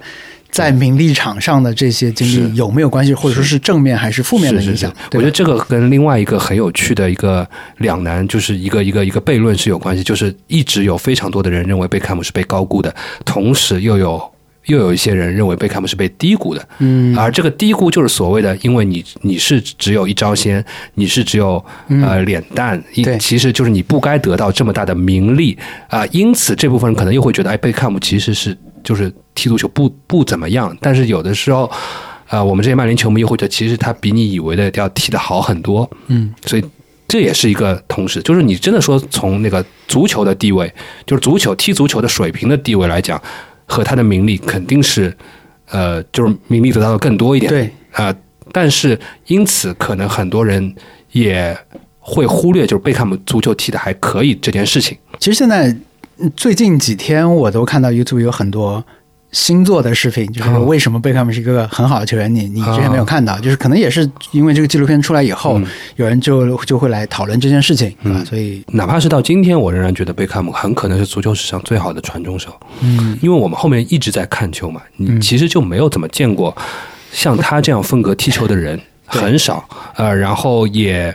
A: 在名利场上的这些经
B: 是
A: 历有没有关系，或者说是正面还是负面的
B: 是
A: 影
B: 是是
A: 响？
B: 我
A: 对
B: 觉得
A: 吧
B: 这个跟另外一个很有趣的一个两难，就是一个一个一个悖论是有关系，就是一直有非常多的人认为贝克汉姆是被高估的，同时又有。又有一些人认为贝克汉姆是被低估的，
A: 嗯
B: 而这个低估就是所谓的，因为你你是只有一招鲜，你是只有呃脸蛋，
A: 嗯
B: 一
A: 对
B: 其实就是你不该得到这么大的名利啊、因此这部分人可能又会觉得，哎，贝克汉姆其实是就是踢足球不不怎么样，但是有的时候。啊、我们这些曼联球迷又会觉得，其实他比你以为的要踢得好很多，
A: 嗯，
B: 所以这也是一个同时，就是你真的说从那个足球的地位，就是足球踢足球的水平的地位来讲，和他的名利肯定是，呃，就是名利得到的更多一点，
A: 对，
B: 啊、但是因此可能很多人也会忽略，就是贝克汉姆足球踢的还可以这件事情，
A: 其实现在嗯最近几天我都看到 YouTube 有很多星座的视频，就是
B: 啊
A: 为什么贝克汉姆是一个很好的球员，你你之前没有看到，就是可能也是因为这个纪录片出来以后，
B: 嗯
A: 有人就就会来讨论这件事情，啊，所以
B: 哪怕是到今天，我仍然觉得贝克汉姆很可能是足球史上最好的传中手。
A: 嗯，
B: 因为我们后面一直在看球嘛，你
A: 嗯
B: 其实就没有怎么见过像他这样风格踢球的人，
A: 对
B: 很少。呃，然后也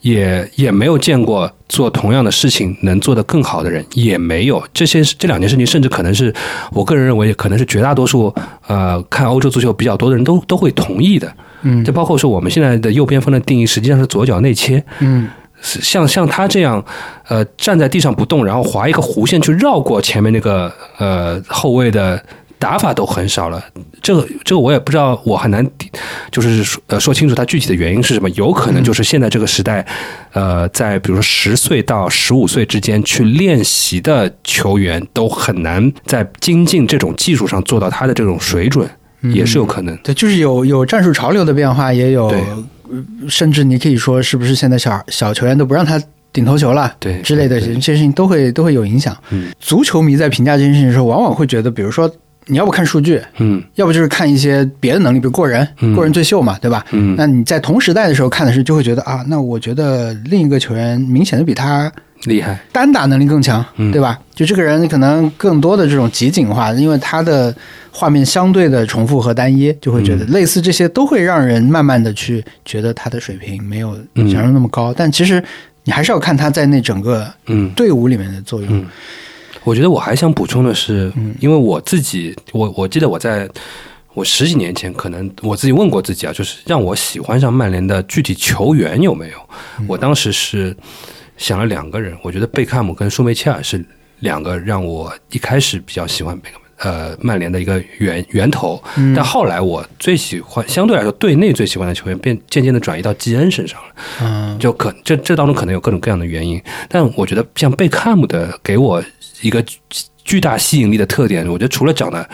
B: 也也没有见过做同样的事情能做得更好的人，也没有。这些这两件事情，甚至可能是我个人认为，可能是绝大多数呃看欧洲足球比较多的人都都会同意的。
A: 嗯
B: 这包括说我们现在的右边锋的定义，实际上是左脚内切。
A: 嗯
B: 是像像他这样，呃，站在地上不动，然后划一个弧线去绕过前面那个呃后卫的打法都很少了。这个这个我也不知道，我很难就是说呃说清楚它具体的原因是什么。有可能就是现在这个时代，呃，在比如说十岁到十五岁之间去练习的球员，都很难在精进这种技术上做到他的这种水准，也是有可能。
A: 对，就是有有战术潮流的变化，也有
B: 对，
A: 甚至你可以说是不是现在小小球员都不让他。顶头球了，
B: 对
A: 之类的，
B: 对
A: 这些事情都会都会有影响。
B: 嗯
A: 足球迷在评价这件事情的时候，往往会觉得，比如说你要不看数据，
B: 嗯
A: 要不就是看一些别的能力，比如过人，
B: 嗯
A: 过人最秀嘛，对吧？
B: 嗯，
A: 那你在同时代的时候看的时候，就会觉得啊，那我觉得另一个球员明显的比他
B: 厉害。
A: 单打能力更强，
B: 嗯
A: 对吧？就这个人可能更多的这种集锦化，因为他的画面相对的重复和单一，就会觉
B: 嗯
A: 得类似这些都会让人慢慢的去觉得他的水平没有想象中那么高，但其实你还是要看他在那整个
B: 嗯
A: 队伍里面的作用。
B: 嗯我觉得我还想补充的是，因为我自己，我我记得我在我十几年前，可能我自己问过自己啊，就是让我喜欢上曼联的具体球员有没有？我当时是想了两个人，我觉得贝克汉姆跟舒梅切尔是两个让我一开始比较喜欢贝克呃曼联的一个源源头，但后来我最喜欢，相对来说队内最喜欢的球员，变渐渐的转移到基恩身上了。
A: 嗯
B: 就可这这当中可能有各种各样的原因，但我觉得像贝克汉姆的给我一个巨巨大吸引力的特点，我觉得除了长得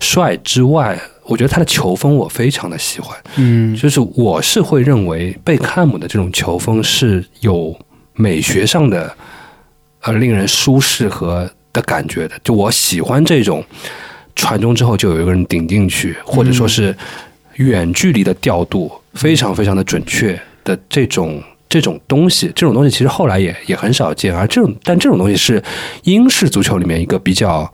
B: 帅之外，我觉得他的球风我非常的喜欢，
A: 嗯
B: 就是我是会认为贝克汉姆的这种球风是有美学上的呃令人舒适和的感觉的，就我喜欢这种传中之后就有一个人顶进去，或者说是远距离的调度非常非常的准确的这种。这种东西，这种东西其实后来也也很少见，而这种但这种东西是英式足球里面一个比较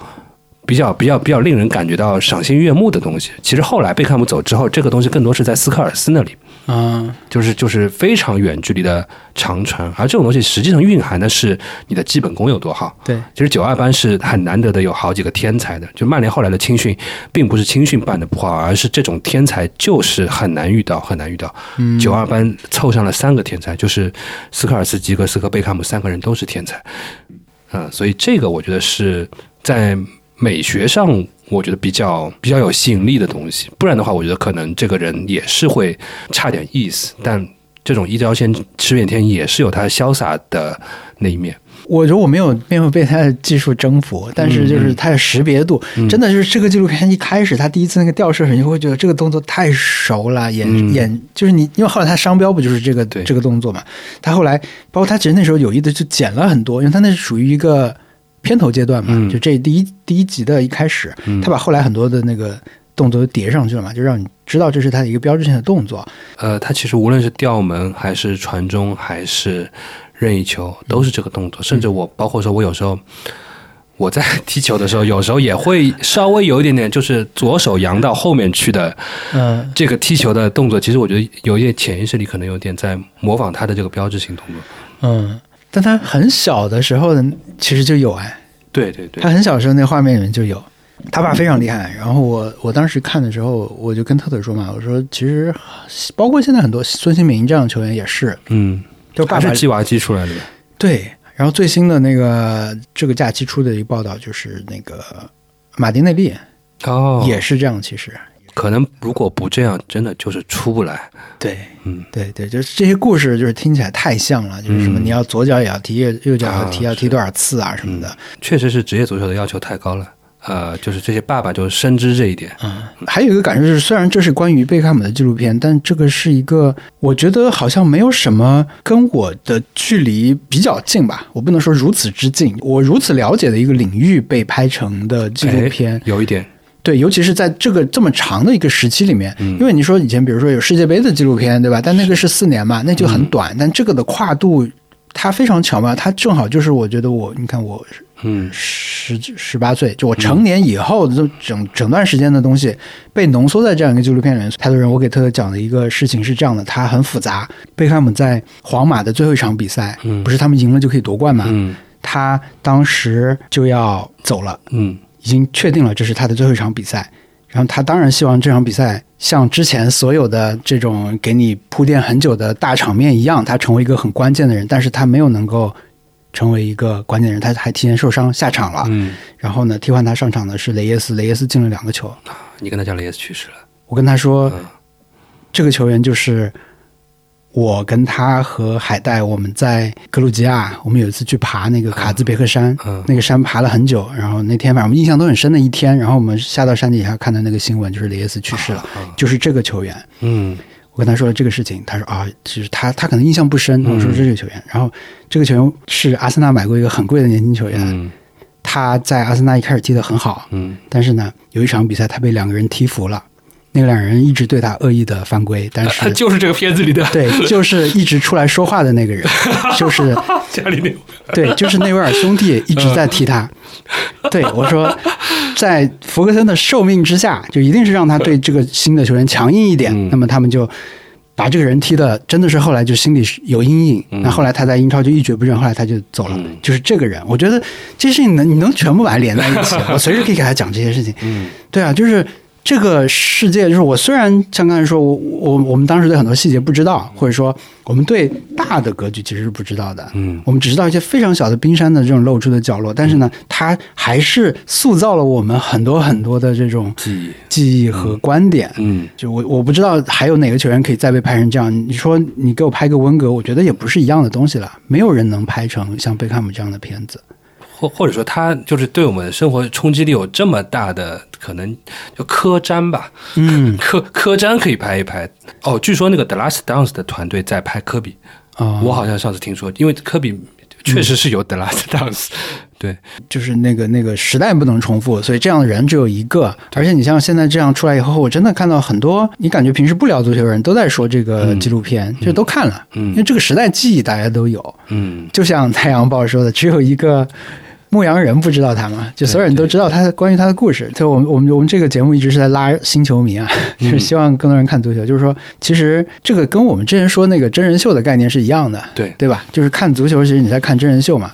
B: 比较比较比较令人感觉到赏心悦目的东西。其实后来贝克汉姆走之后，这个东西更多是在斯科尔斯那里
A: 嗯
B: 就是就是非常远距离的长传，而这种东西实际上蕴含的是你的基本功有多好。
A: 对，
B: 其实九二班是很难得的，有好几个天才的。就曼联后来的青训，并不是青训办的不好，而是这种天才就是很难遇到，很难遇到。九二班凑上了三个天才，就是斯科尔斯基格斯和贝克汉姆三个人都是天才。啊、所以这个我觉得是在美学上，我觉得比较比较有吸引力的东西。不然的话，我觉得可能这个人也是会差点意思，但。这种一招鲜吃遍天也是有他潇洒的那一面，
A: 我觉得我没有没有被他的技术征服，但
B: 嗯
A: 是就是他的识别度，真的就是这个纪录片一开始他第一次那个吊射时，你会觉得这个动作太熟了，演、
B: 嗯
A: 演就是你，因为后来他商标不就是这个
B: 对
A: 这个动作嘛？他后来包括他其实那时候有意的就剪了很多，因为他那是属于一个片头阶段嘛，
B: 嗯
A: 就这第一第一集的一开始，他把后来很多的那个动作都叠上去了嘛，就让你知道这是他的一个标志性的动作。
B: 呃，他其实无论是吊门还是传中还是任意球，都是这个动作。甚至我包括说，我有时候我在 踢球的时候，有时候也会稍微有一点点，就是左手扬到后面去的
A: 嗯，
B: 这个踢球的动作。其实我觉得有一点潜意识里可能有点在模仿他的这个标志性动作。
A: 嗯，但他很小的时候呢，其实就有哎，
B: 对对对
A: 他，很小的时候那画面里面就有。他爸非常厉害，然后我我当时看的时候，我就跟特特说嘛，我说其实呃包括现在很多孙兴民这样的球员也是，
B: 嗯，
A: 就爸爸
B: 还是鸡娃鸡出来的吧。
A: 对。然后最新的那个这个假期出的一个报道就是那个马丁内利
B: 哦，
A: 也是这样，其实
B: 可能如果不这样，真的就是出不来。
A: 对，
B: 嗯，
A: 对对，就是这些故事，就是听起来太像了，就是什么
B: 嗯
A: 你要左脚也要踢，右右脚也要踢，
B: 啊
A: 要踢多少次啊什么的，
B: 确实是职业足球的要求太高了。呃，就是这些爸爸就深知这一点。
A: 还有一个感受就是，虽然这是关于贝克汉姆的纪录片，但这个是一个我觉得好像没有什么跟我的距离比较近吧，我不能说如此之近，我如此了解的一个领域被拍成的纪录片，
B: 哎有一点，
A: 对，尤其是在这个这么长的一个时期里面，因为你说以前比如说有世界杯的纪录片，对吧？但那个是四年嘛，那就很短，但这个的跨度。它非常巧妙，它正好就是我觉得我，你看我
B: 嗯，
A: 十十八岁，就我成年以后的这整整段时间的东西被浓缩在这样一个纪录片里面。太多人，我给特特讲的一个事情是这样的，它很复杂。贝克汉姆在皇马的最后一场比赛，不是他们赢了就可以夺冠嘛？
B: 嗯
A: 他当时就要走了，
B: 嗯
A: 已经确定了这是他的最后一场比赛。然后他当然希望这场比赛像之前所有的这种给你铺垫很久的大场面一样，他成为一个很关键的人，但是他没有能够成为一个关键人，他还提前受伤下场了。
B: 嗯，
A: 然后呢，替换他上场的是雷耶斯，雷耶斯进了两个球。
B: 啊你跟他讲了也是去世了，
A: 我跟他说，
B: 嗯
A: 这个球员就是我跟他和海带，我们在格鲁吉亚，我们有一次去爬那个卡兹别克山，
B: 嗯
A: 那个山爬了很久。然后那天晚上我们印象都很深的一天。然后我们下到山底下看到那个新闻，就是雷耶斯去世了，
B: 啊
A: 就是这个球员。
B: 嗯
A: 我跟他说了这个事情，他说啊，其实他他可能印象不深。
B: 嗯
A: 我说这个球员，然后这个球员是阿森纳买过一个很贵的年轻球员，
B: 嗯
A: 他在阿森纳一开始踢得很好，
B: 嗯
A: 但是呢，有一场比赛他被两个人踢服了，那个两人一直对他恶意的犯规，但
B: 呃他
A: 是
B: 啊就是这个片子里的
A: 对，就是一直出来说话的那个人，就是
B: 家里面，
A: 对，就是内维尔兄弟一直在踢他。
B: 嗯
A: 对我说，在福格森的受命之下，就一定是让他对这个新的球员强硬一点。
B: 嗯
A: 那么他们就把这个人踢的真的是后来就心里是有阴影，
B: 嗯
A: 那、后来他在英超就一蹶不振，后来他就走了，就是这个人。我觉得这些事情能你能全部把它连在 一起，我随时可以给他讲这些事情。嗯，对啊，就是这个世界，就是我虽然像刚才说，我我我们当时对很多细节不知道，或者说我们对大的格局其实是不知道的，
B: 嗯，
A: 我们只知道一些非常小的冰山的这种露出的角落，但是呢，它还是塑造了我们很多很多的这种
B: 记忆，
A: 记忆和观点，
B: 嗯，
A: 就我我不知道还有哪个球员可以再被拍成这样。你说你给我拍个温格，我觉得也不是一样的东西了。没有人能拍成像贝克汉姆这样的片子。
B: 或或者说他就是对我们生活冲击力有这么大的可能，就科詹吧，
A: 嗯
B: 科科詹可以拍一拍。哦，据说那个 The Last Dance 的团队在拍科比，
A: 啊、
B: 我好像上次听说，因为科比确实是有 The Last Dance，、对，
A: 就是那个那个时代不能重复，所以这样的人只有一个。而且你像现在这样出来以后，我真的看到很多你感觉平时不聊足球的人都在说这个纪录片，就都看了，因为这个时代记忆大家都有。
B: 嗯，
A: 就像《太阳报》说的，只有一个牧羊人不知道他嘛，就所有人都知道他关于他的故事。就我们我们我们这个节目一直是在拉新球迷啊， 就是希望更多人看足球。就是说，其实这个跟我们之前说那个真人秀的概念是一样的，
B: 对
A: 对吧？就是看足球，其实你在看真人秀嘛。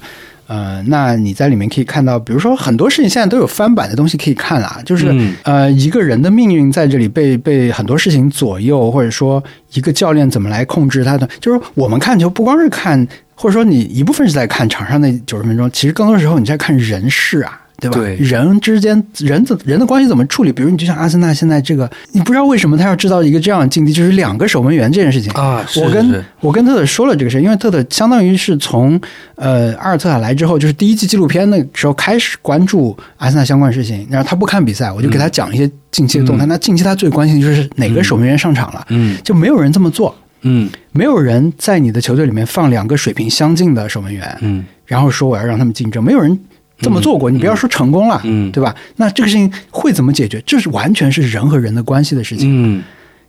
A: 呃，那你在里面可以看到，比如说很多事情现在都有翻版的东西可以看啊，就是、
B: 嗯
A: 呃，一个人的命运在这里被被很多事情左右，或者说一个教练怎么来控制他的，就是我们看球不光是看，或者说你一部分是在看场上那九十分钟，其实更多时候你在看人事啊。对吧？
B: 对
A: 人之间，人怎人的关系怎么处理？比如你就像阿森纳现在这个，你不知道为什么他要制造一个这样的境地，就是两个守门员这件事情
B: 啊是
A: 我跟
B: 是
A: 我跟特特说了这个事，因为特特相当于是从呃阿尔特塔来之后，就是第一季纪录片那个时候开始关注阿森纳相关的事情，然后他不看比赛，我就
B: 嗯
A: 给他讲一些近期的动态。那近期他最关心的就是哪个守门员上场了，
B: 嗯
A: 就没有人这么做，
B: 嗯
A: 没有人在你的球队里面放两个水平相近的守门员，
B: 嗯
A: 然后说我要让他们竞争，没有人这么做过，你不要说成功了，
B: 嗯
A: 对吧？那这个事情会怎么解决？这是完全是人和人的关系的事情。
B: 嗯，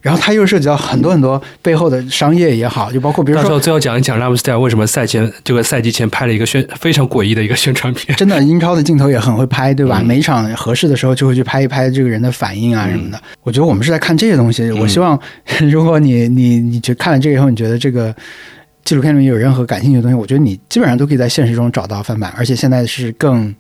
A: 然后它又涉及到很多很多背后的商业也好，就包括比如
B: 到时
A: 说
B: 候最后讲一讲拉姆斯戴尔为什么赛前这个赛季前拍了一个宣非常诡异的一个宣传 片，
A: 真的英超的镜头也很会拍，对吧？每一场合适的时候就会去拍一拍这个人的反应啊什么的。我觉得我们是在看这些东西。我希望， 如果你你你觉看了这个以后，你觉得这个纪录片里面有任何感兴趣的东西，我觉得你基本上都可以在现实中找到翻版，而且现在是更。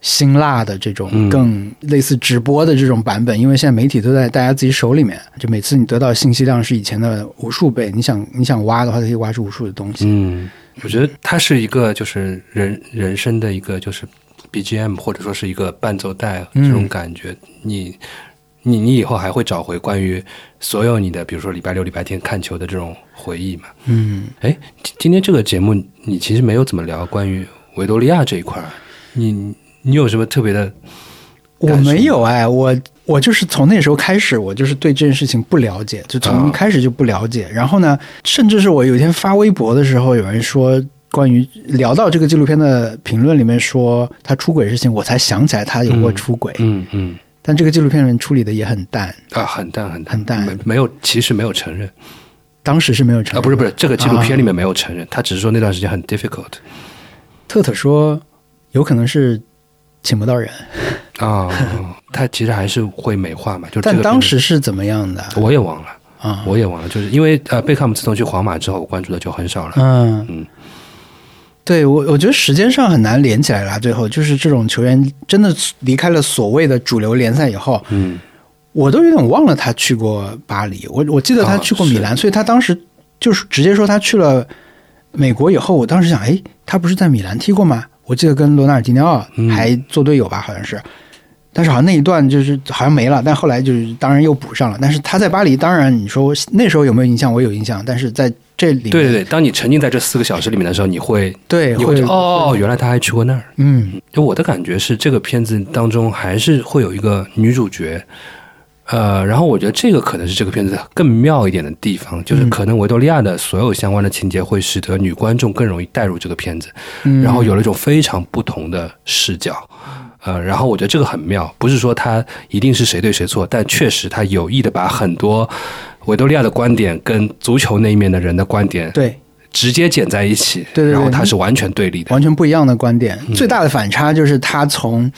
A: 辛辣的这种
B: 嗯
A: 更类似直播的这种版本，因为现在媒体都在大家自己手里面，就每次你得到的信息量是以前的无数倍，你想你想挖的话，它可以挖出无数的东西。
B: 嗯，我觉得它是一个就是人人生的一个就是 BGM 或者说是一个伴奏带
A: 嗯
B: 这种感觉，你。你你以后还会找回关于所有你的，比如说礼拜六、礼拜天看球的这种回忆嘛？
A: 嗯，
B: 哎，今今天这个节目你其实没有怎么聊关于维多利亚这一块儿，你你有什么特别的？
A: 我
B: 感受
A: 没有哎，我我就是从那时候开始，我就是对这件事情不了解，就从
B: 啊
A: 一开始就不了解。
B: 嗯
A: 然后呢，甚至是我有一天发微博的时候，有人说关于聊到这个纪录片的评论里面说他出轨的事情，我才想起来他有过出轨。
B: 嗯嗯
A: 但这个纪录片里面处理的也很淡，
B: 啊，很淡很淡
A: 很淡
B: 没没有，其实没有承认
A: 当时是没有承认。
B: 啊，不是不是，这个纪录片里面没有
A: 啊
B: 承认，他只是说那段时间很 difficult
A: 特特说，有可能是请不到人，
B: 啊、 他其实还是会美化嘛，就这个
A: 但当
B: 片
A: 时是怎么样的
B: 子我也忘了，
A: 啊？
B: 我也忘了，就是因为呃，贝克汉姆自从去皇马之后，我关注的就很少了。
A: 嗯
B: 嗯
A: 对我，我觉得时间上很难连起来啦。最后就是这种球员真的离开了所谓的主流联赛以后，
B: 嗯
A: 我都有点忘了他去过巴黎。我我记得他
B: 啊
A: 去过米兰，所以他当时就是直接说他去了美国以后，我当时想，哎，他不是在米兰踢过吗？我记得跟罗纳尔迪尼奥
B: 嗯
A: 还做队友吧，好像是。但是好像那一段就是好像没了，但后来就是当然又补上了。但是他在巴黎，当然你说那时候有没有印象？我有印象，但是在这里面
B: 对对对，当你沉浸在这四个小时里面的时候，你会
A: 对
B: 你
A: 会
B: 会觉得哦，哦原来他还去过那儿。
A: 嗯
B: 就我的感觉是，这个片子当中还是会有一个女主角，呃，然后我觉得这个可能是这个片子更妙一点的地方，
A: 嗯
B: 就是可能维多利亚的所有相关的情节会使得女观众更容易带入这个片子，
A: 嗯
B: 然后有了一种非常不同的视角。呃，然后我觉得这个很妙，不是说它一定是谁对谁错，但确实它有意的把很多维多利亚的观点跟足球那一面的人的观点
A: 对
B: 直接剪在一起，
A: 对对对
B: 然后它是完全对立的。
A: 完全不一样的观点。
B: 嗯
A: 最大的反差就是他从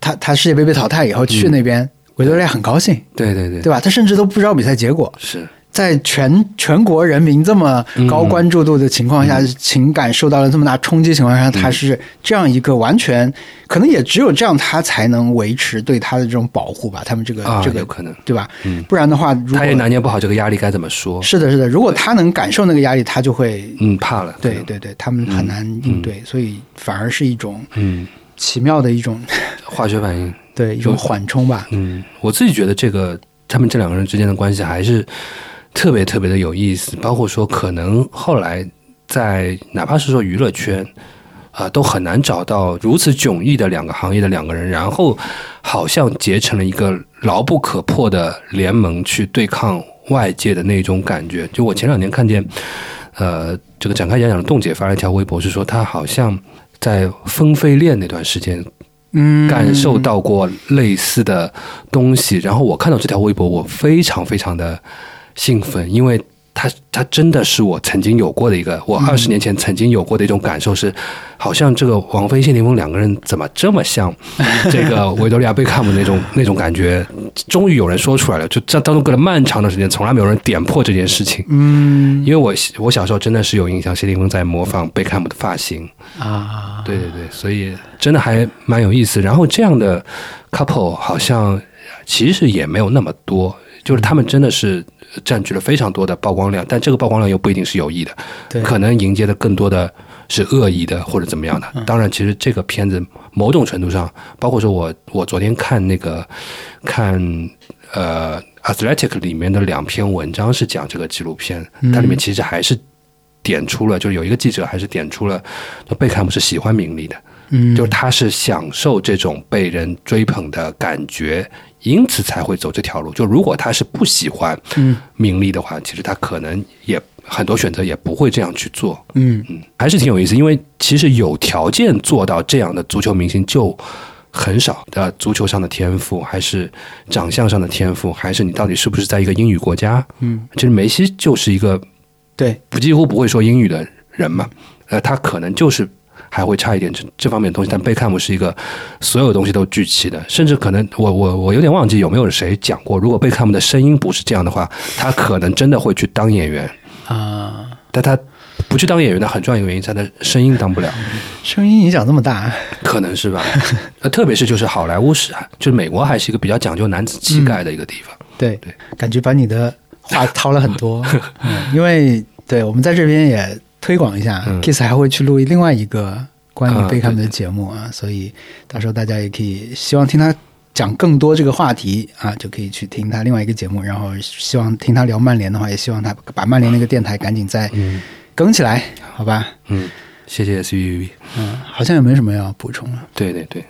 A: 他他世界杯被淘汰以后去那边，维多利亚很高兴，
B: 嗯对对对，
A: 对吧？他甚至都不知道比赛结果，
B: 是
A: 在全全国人民这么高关注度的情况
B: 嗯
A: 下，情感受到了这么大冲击情况下，他是这样一个完全，可能也只有这样，他才能维持对他的这种保护吧。他们这个
B: 啊，
A: 这
B: 有
A: 个
B: 可能，
A: 对吧？不然的话，如果
B: 他也拿捏不好这个压力该怎么说，
A: 是的，是的，如果他能感受那个压力，他就会
B: 嗯，怕了，可
A: 对
B: 能，
A: 对对，他们很难应对，所以反而是一种
B: 嗯，
A: 奇妙的一种
B: 化学反应，
A: 对一种缓冲吧。
B: 嗯，我自己觉得这个他们这两个人之间的关系还是特别特别的有意思，包括说可能后来在哪怕是说娱乐圈。啊、都很难找到如此迥异的两个行业的两个人，然后好像结成了一个牢不可破的联盟，去对抗外界的那种感觉。就我前两年看见，呃，这个展开演讲的冻姐发了一条微博，是说她好像在风飞恋那段时间
A: 嗯，
B: 感受到过类似的东西。然后我看到这条微博，我非常非常的兴奋，因为它它真的是我曾经有过的一个，我二十年前曾经有过的一种感受是，好像这个王菲、谢霆锋两个人怎么这么像这个 维多利亚贝克汉姆那种那种感觉。终于有人说出来了，就这当中隔了漫长的时间，从来没有人点破这件事情。
A: 嗯
B: 因为我我小时候真的是有印象，谢霆锋在模仿贝克汉姆的发型，
A: 啊，
B: 对对对，所以真的还蛮有意思。然后这样的 couple 好像其实也没有那么多，就是他们真的是占据了非常多的曝光量，但这个曝光量又不一定是有意的，
A: 对，
B: 可能迎接的更多的是恶意的或者怎么样的。当然，其实这个片子某种程度上，包括说我我昨天看那个看呃 Athletic 里面的两篇文章是讲这个纪录片，它里面其实还是。点出了，就是有一个记者还是点出了，贝克汉姆是喜欢名利的，
A: 嗯，
B: 就是他是享受这种被人追捧的感觉，因此才会走这条路。就如果他是不喜欢
A: 嗯
B: 名利的话，其实他可能也很多选择也不会这样去做。
A: 嗯
B: 嗯，还是挺有意思，因为其实有条件做到这样的足球明星就很少的，足球上的天赋，还是长相上的天赋，还是你到底是不是在一个英语国家？
A: 嗯，
B: 其实梅西就是一个
A: 对，
B: 不几乎不会说英语的人嘛，呃，他可能就是还会差一点这这方面的东西。但贝克汉姆是一个所有东西都聚齐的，甚至可能我我我有点忘记有没有谁讲过，如果贝克汉姆的声音不是这样的话，他可能真的会去当演员。
A: 啊，
B: 但他不去当演员的很重要一个原因，是他的声音当不了，
A: 声音影响这么大，啊
B: 可能是吧？ 呃，特别是就是好莱坞是，就是美国还是一个比较讲究男子气概的一个地方。
A: 对，
B: 对
A: 感觉把你的话掏了很 多，嗯、因为对我们在这边也推广一下、
B: 嗯
A: k i s s 还会去录另外一个关
B: 啊
A: 于贝克汉姆的节目
B: 嗯
A: 啊，所以到时候大家也可以希望听他讲更多这个话题啊，就可以去听他另外一个节目，然后希望听他聊曼联的话，也希望他把曼联那个电台赶紧再
B: 嗯
A: 更起来，好吧？
B: 嗯，谢谢 S U V。
A: 嗯，好像也没什么要补充了，啊
B: 对对对，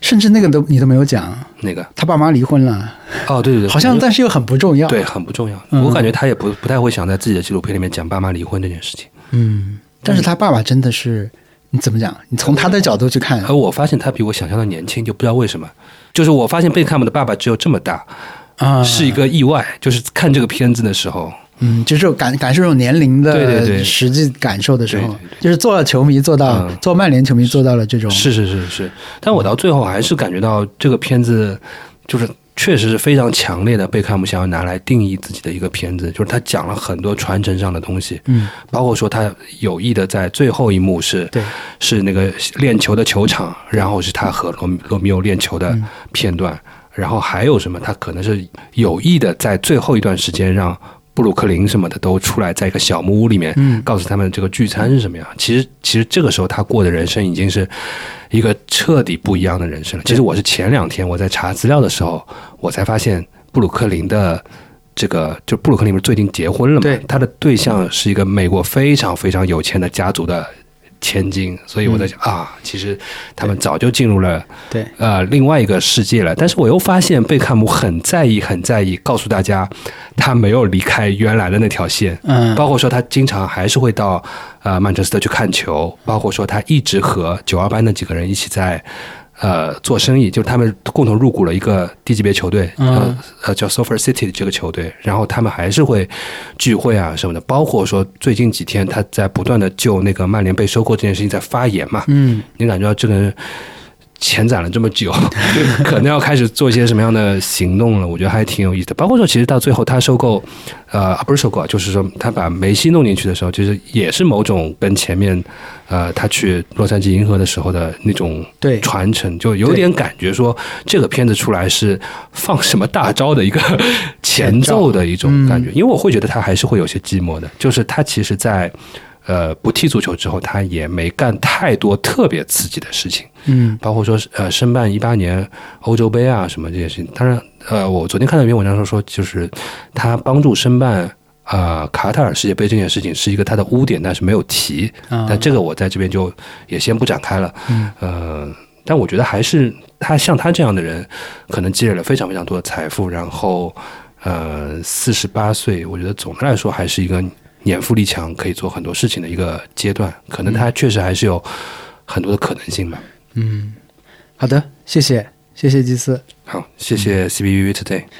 A: 甚至那个都你都没有讲，
B: 那个
A: 他爸妈离婚了，
B: 哦，对对对，
A: 好像但是又很不重要，
B: 对，，很不重要。
A: 嗯
B: 我感觉他也不不太会想在自己的纪录片里面讲爸妈离婚这件事情。
A: 嗯，但是他爸爸真的是，你怎么讲？你从他的角度去看，
B: 而我发现他比我想象的年轻，就不知道为什么。就是我发现贝克汉姆的爸爸只有这么大，
A: 啊，
B: 是一个意外。就是看这个片子的时候，
A: 嗯，就是感感受这种年龄
B: 对对对
A: 的实际感受的时候，
B: 对对
A: 就是做了球迷做到、
B: 嗯
A: 做曼联球迷做到了这种，
B: 是是是是。但我到最后还是感觉到这个片子就是。确实是非常强烈的贝克汉姆想要拿来定义自己的一个片子，就是他讲了很多传承上的东西，
A: 嗯，
B: 包括说他有意的在最后一幕是
A: 对，
B: 是那个练球的球场，然后是他和罗密罗密欧练球的片段，然后还有什么？他可能是有意的在最后一段时间让布鲁克林什么的都出来，在一个小木屋里面，
A: 嗯
B: 告诉他们这个聚餐是什么样。其实，其实这个时候他过的人生已经是一个彻底不一样的人生了。其实我是前两天我在查资料的时候，我才发现布鲁克林的。这个就布鲁克林不是最近结婚了嘛
A: 对？
B: 他的对象是一个美国非常非常有钱的家族的千金，所以我在想、啊，其实他们早就进入了
A: 对，
B: 呃另外一个世界了。但是我又发现贝克汉姆很在意，很在意，告诉大家他没有离开原来的那条线。
A: 嗯，
B: 包括说他经常还是会到呃曼彻斯特去看球，包括说他一直和九二班那几个人一起在呃做生意，就是他们共同入股了一个低级别球队，呃
A: 嗯
B: 呃叫 Sofer City 的这个球队，然后他们还是会聚会啊什么的，包括说最近几天他在不断的就那个曼联被收购这件事情在发言嘛，
A: 嗯，
B: 你感觉到这个人前展了这么久， 可能要开始做一些什么样的行动了？我觉得还挺有意思的。包括说，其实到最后他收购，呃，啊不是收购啊，就是说他把梅西弄进去的时候，其实也是某种跟前面，呃，他去洛杉矶银河的时候的那种
A: 对
B: 传承，就有点感觉说这个片子出来是放什么大招的一个 前奏的一种感觉，因为我会觉得他还是会有些寂寞的，就是他其实在。呃，不踢足球之后，他也没干太多特别刺激的事情。
A: 嗯
B: 包括说是呃申办一八年欧洲杯啊什么这些事情。当然，呃，我昨天看到一篇文章说说，就是他帮助申办呃卡塔尔世界杯这件事情是一个他的污点，但是没有提。
A: 啊
B: 但这个我在这边就也先不展开了。
A: 嗯
B: 呃，但我觉得还是他像他这样的人，可能积累了非常非常多的财富，然后呃，四十八岁，我觉得总的来说还是一个年富力强，可以做很多事情的一个阶段。可能
A: 嗯
B: 他确实还是有很多的可能性吧。
A: 嗯，好的，谢谢谢谢祭司。嗯
B: 好，谢谢 CBUV Today。